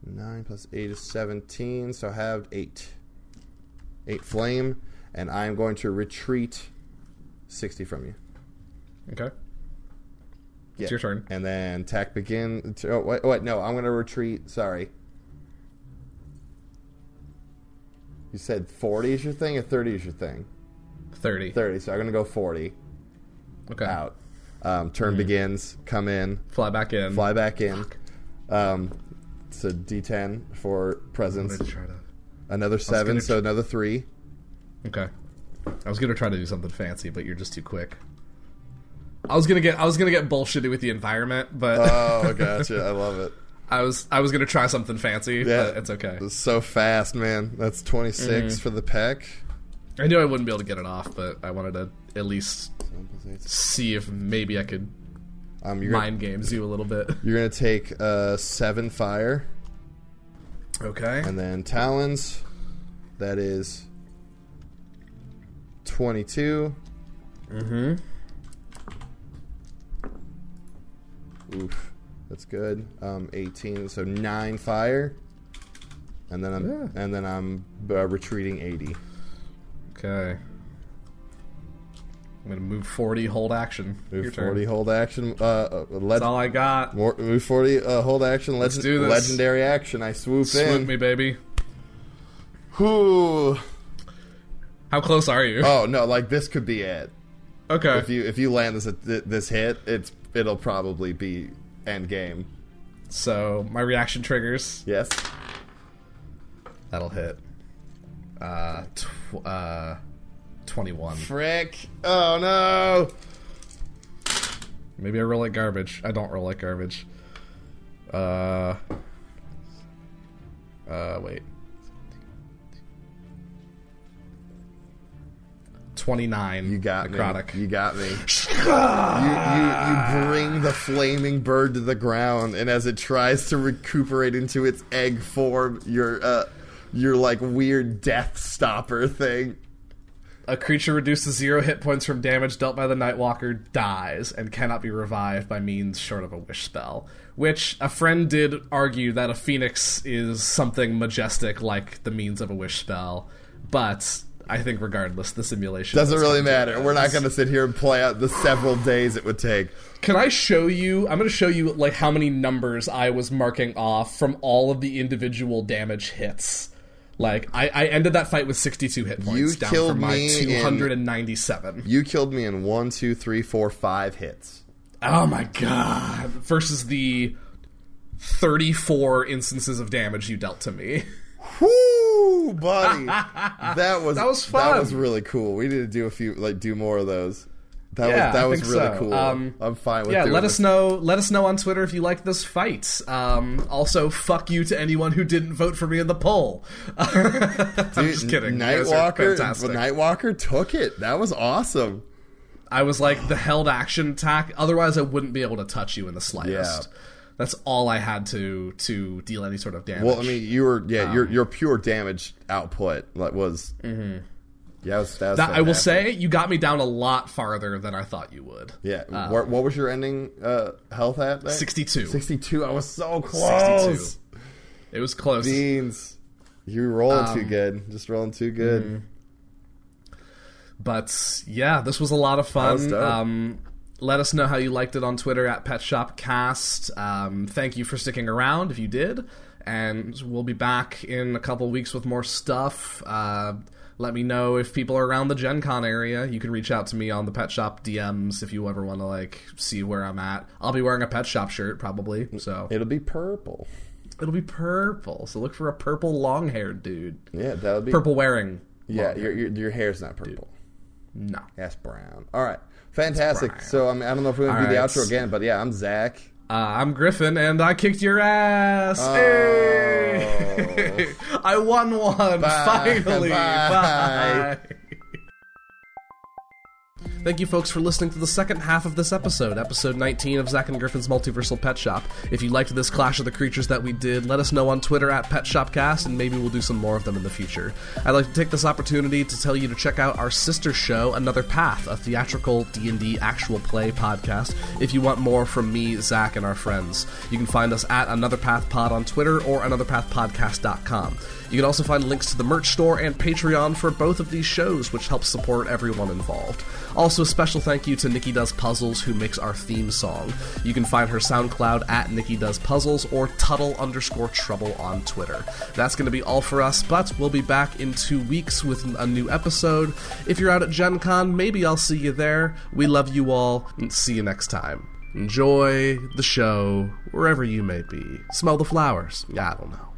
S2: Nine plus eight is seventeen, so I have eight. Eight flame, and I'm going to retreat sixty from you.
S3: Okay.
S2: Yeah.
S3: your turn.
S2: And then attack begin. t- Oh, wait, wait, no, I'm going to retreat. Sorry. You said 40 is your thing or 30 is your thing?
S3: Thirty.
S2: 30, so I'm going to go 40.
S3: Okay.
S2: out. Um, turn begins. Come in.
S3: Fly back in.
S2: Fly back in. Um, it's a D10 for
S3: I'm
S2: presence.
S3: gonna try to.
S2: Another seven,
S3: gonna
S2: so another three.
S3: Okay. I was gonna try to do something fancy, but you're just too quick. I was gonna get I was gonna get bullshitty with the environment, but
S2: Oh, gotcha! I love it.
S3: I was I was gonna try something fancy.
S2: Yeah,
S3: but it's okay.
S2: It's so fast, man. That's 26 for the peck.
S3: I knew I wouldn't be able to get it off, but I wanted to at least see if maybe I could
S2: Um, you're gonna,
S3: mind games you a little bit.
S2: you're gonna take uh, seven fire,
S3: Okay.
S2: and then talons. That is 22. Mm-hmm. Oof. That's good. Um, 18. So nine fire. And then I'm
S3: Yeah.
S2: and then I'm uh, retreating 80.
S3: Okay. I'm gonna move forty, hold action.
S2: Move
S3: Your
S2: 40
S3: turn.
S2: hold action. Uh, uh,
S3: That's
S2: let,
S3: all I got.
S2: more, move 40 uh, hold action. Legend,
S3: do this.
S2: Legendary action. I swoop,
S3: Swoop
S2: in.
S3: me, baby.
S2: Ooh.
S3: How close are you?
S2: Oh no! Like this could be it.
S3: okay.
S2: If you if you land this th- this hit, it's it'll probably be end game.
S3: so my reaction triggers.
S2: Yes.
S3: That'll hit. Uh, tw- uh, twenty-one.
S2: Frick! Oh no!
S3: Maybe I roll like garbage. I don't roll like garbage. Uh. Uh, wait. Twenty-nine.
S2: You got
S3: necrotic.
S2: me. You got me. you, you you bring the flaming bird to the ground, and as it tries to recuperate into its egg form, your uh your like weird death stopper thing.
S3: A creature reduced to zero hit points from damage dealt by the Nightwalker dies and cannot be revived by means short of a wish spell. Which a friend did argue that a phoenix is something majestic like the means of a wish spell, but I think regardless, the simulation
S2: Doesn't
S3: is-
S2: really matter. We're not going to sit here and play out the several days it would take.
S3: Can I show you? I'm going to show you like how many numbers I was marking off from all of the individual damage hits. Like I, I ended that fight with 62 hit points
S2: You
S3: down
S2: killed
S3: from my
S2: me in-
S3: 297.
S2: You killed me in one, two, three, four, five hits.
S3: Oh my god. Versus the 34 instances of damage you dealt to me.
S2: Whoo, buddy! that was
S3: That was
S2: That
S3: fun.
S2: was really cool. We need to do a few, like, do more of those. That
S3: Yeah,
S2: was that
S3: I
S2: was
S3: think
S2: really
S3: so.
S2: cool.
S3: Um,
S2: I'm fine with
S3: Yeah,
S2: doing
S3: let
S2: this.
S3: us know let us know on Twitter if you like this fight. Um, also fuck you to anyone who didn't vote for me in the poll. I'm
S2: Dude,
S3: just kidding. You guys are
S2: Nightwalker,
S3: fantastic.
S2: Nightwalker took it. That was awesome.
S3: I was like the held action attack. Otherwise, I wouldn't be able to touch you in the slightest.
S2: Yeah.
S3: That's all I had to to deal any sort of damage.
S2: Well, I mean, you were yeah,
S3: Um,
S2: your your pure damage output like, was. Yeah, that was, that was
S3: mm-hmm. that, I will
S2: fantastic.
S3: say you got me down a lot farther than I thought you would.
S2: Yeah,
S3: uh,
S2: what, what was your ending uh, health at? there?
S3: 62.
S2: 62. I was so close.
S3: 62. It was close.
S2: Beans, you rolling too
S3: Um,
S2: good. Just rolling too good.
S3: mm-hmm. But yeah, this was a lot of fun.
S2: was dope.
S3: Um, let us know how you liked it on Twitter at Pet Shop Cast. Um, thank you for sticking around if you did, and we'll be back in a couple weeks with more stuff. Uh, Let me know if people are around the Gen Con area. You can reach out to me on the Pet Shop DMs if you ever want to like see where I'm at. I'll be wearing a Pet Shop shirt probably, so
S2: It'll be purple.
S3: it'll be purple. So look for a purple long-haired dude.
S2: Yeah, that'll be
S3: Purple wearing.
S2: Yeah, your, your your hair's not purple.
S3: No.
S2: That's brown. All right, fantastic. So I mean, I don't know if we're gonna do the
S3: right.
S2: outro again, but yeah, I'm Zach.
S3: Uh, I'm Griffin, and I kicked your ass.
S2: Oh.
S3: Hey! I won one
S2: Bye.
S3: finally.
S2: Bye.
S3: Bye. Thank you, folks, for listening to the second half of this episode, episode 19 of Zack and Griffin's Multiversal Pet Shop. If you liked this clash of the creatures that we did, let us know on Twitter at Pet Shopcast, and maybe we'll do some more of them in the future. I'd like to take this opportunity to tell you to check out our sister show, Another Path, a theatrical D&D actual play podcast, if you want more from me, Zach, and our friends. You can find us at Another Path Pod on Twitter or AnotherPathPodcast.com. You can also find links to the merch store and Patreon for both of these shows, which helps support everyone involved. Also, a special thank you to Nikki Does Puzzles, who makes our theme song. You can find her SoundCloud at Nikki Does Puzzles or Tuttle underscore Trouble on Twitter. That's going to be all for us, but we'll be back in two weeks with a new episode. If you're out at Gen Con, maybe I'll see you there. We love you all, and see you next time. Enjoy the show, wherever you may be. Smell the flowers. Yeah, I don't know.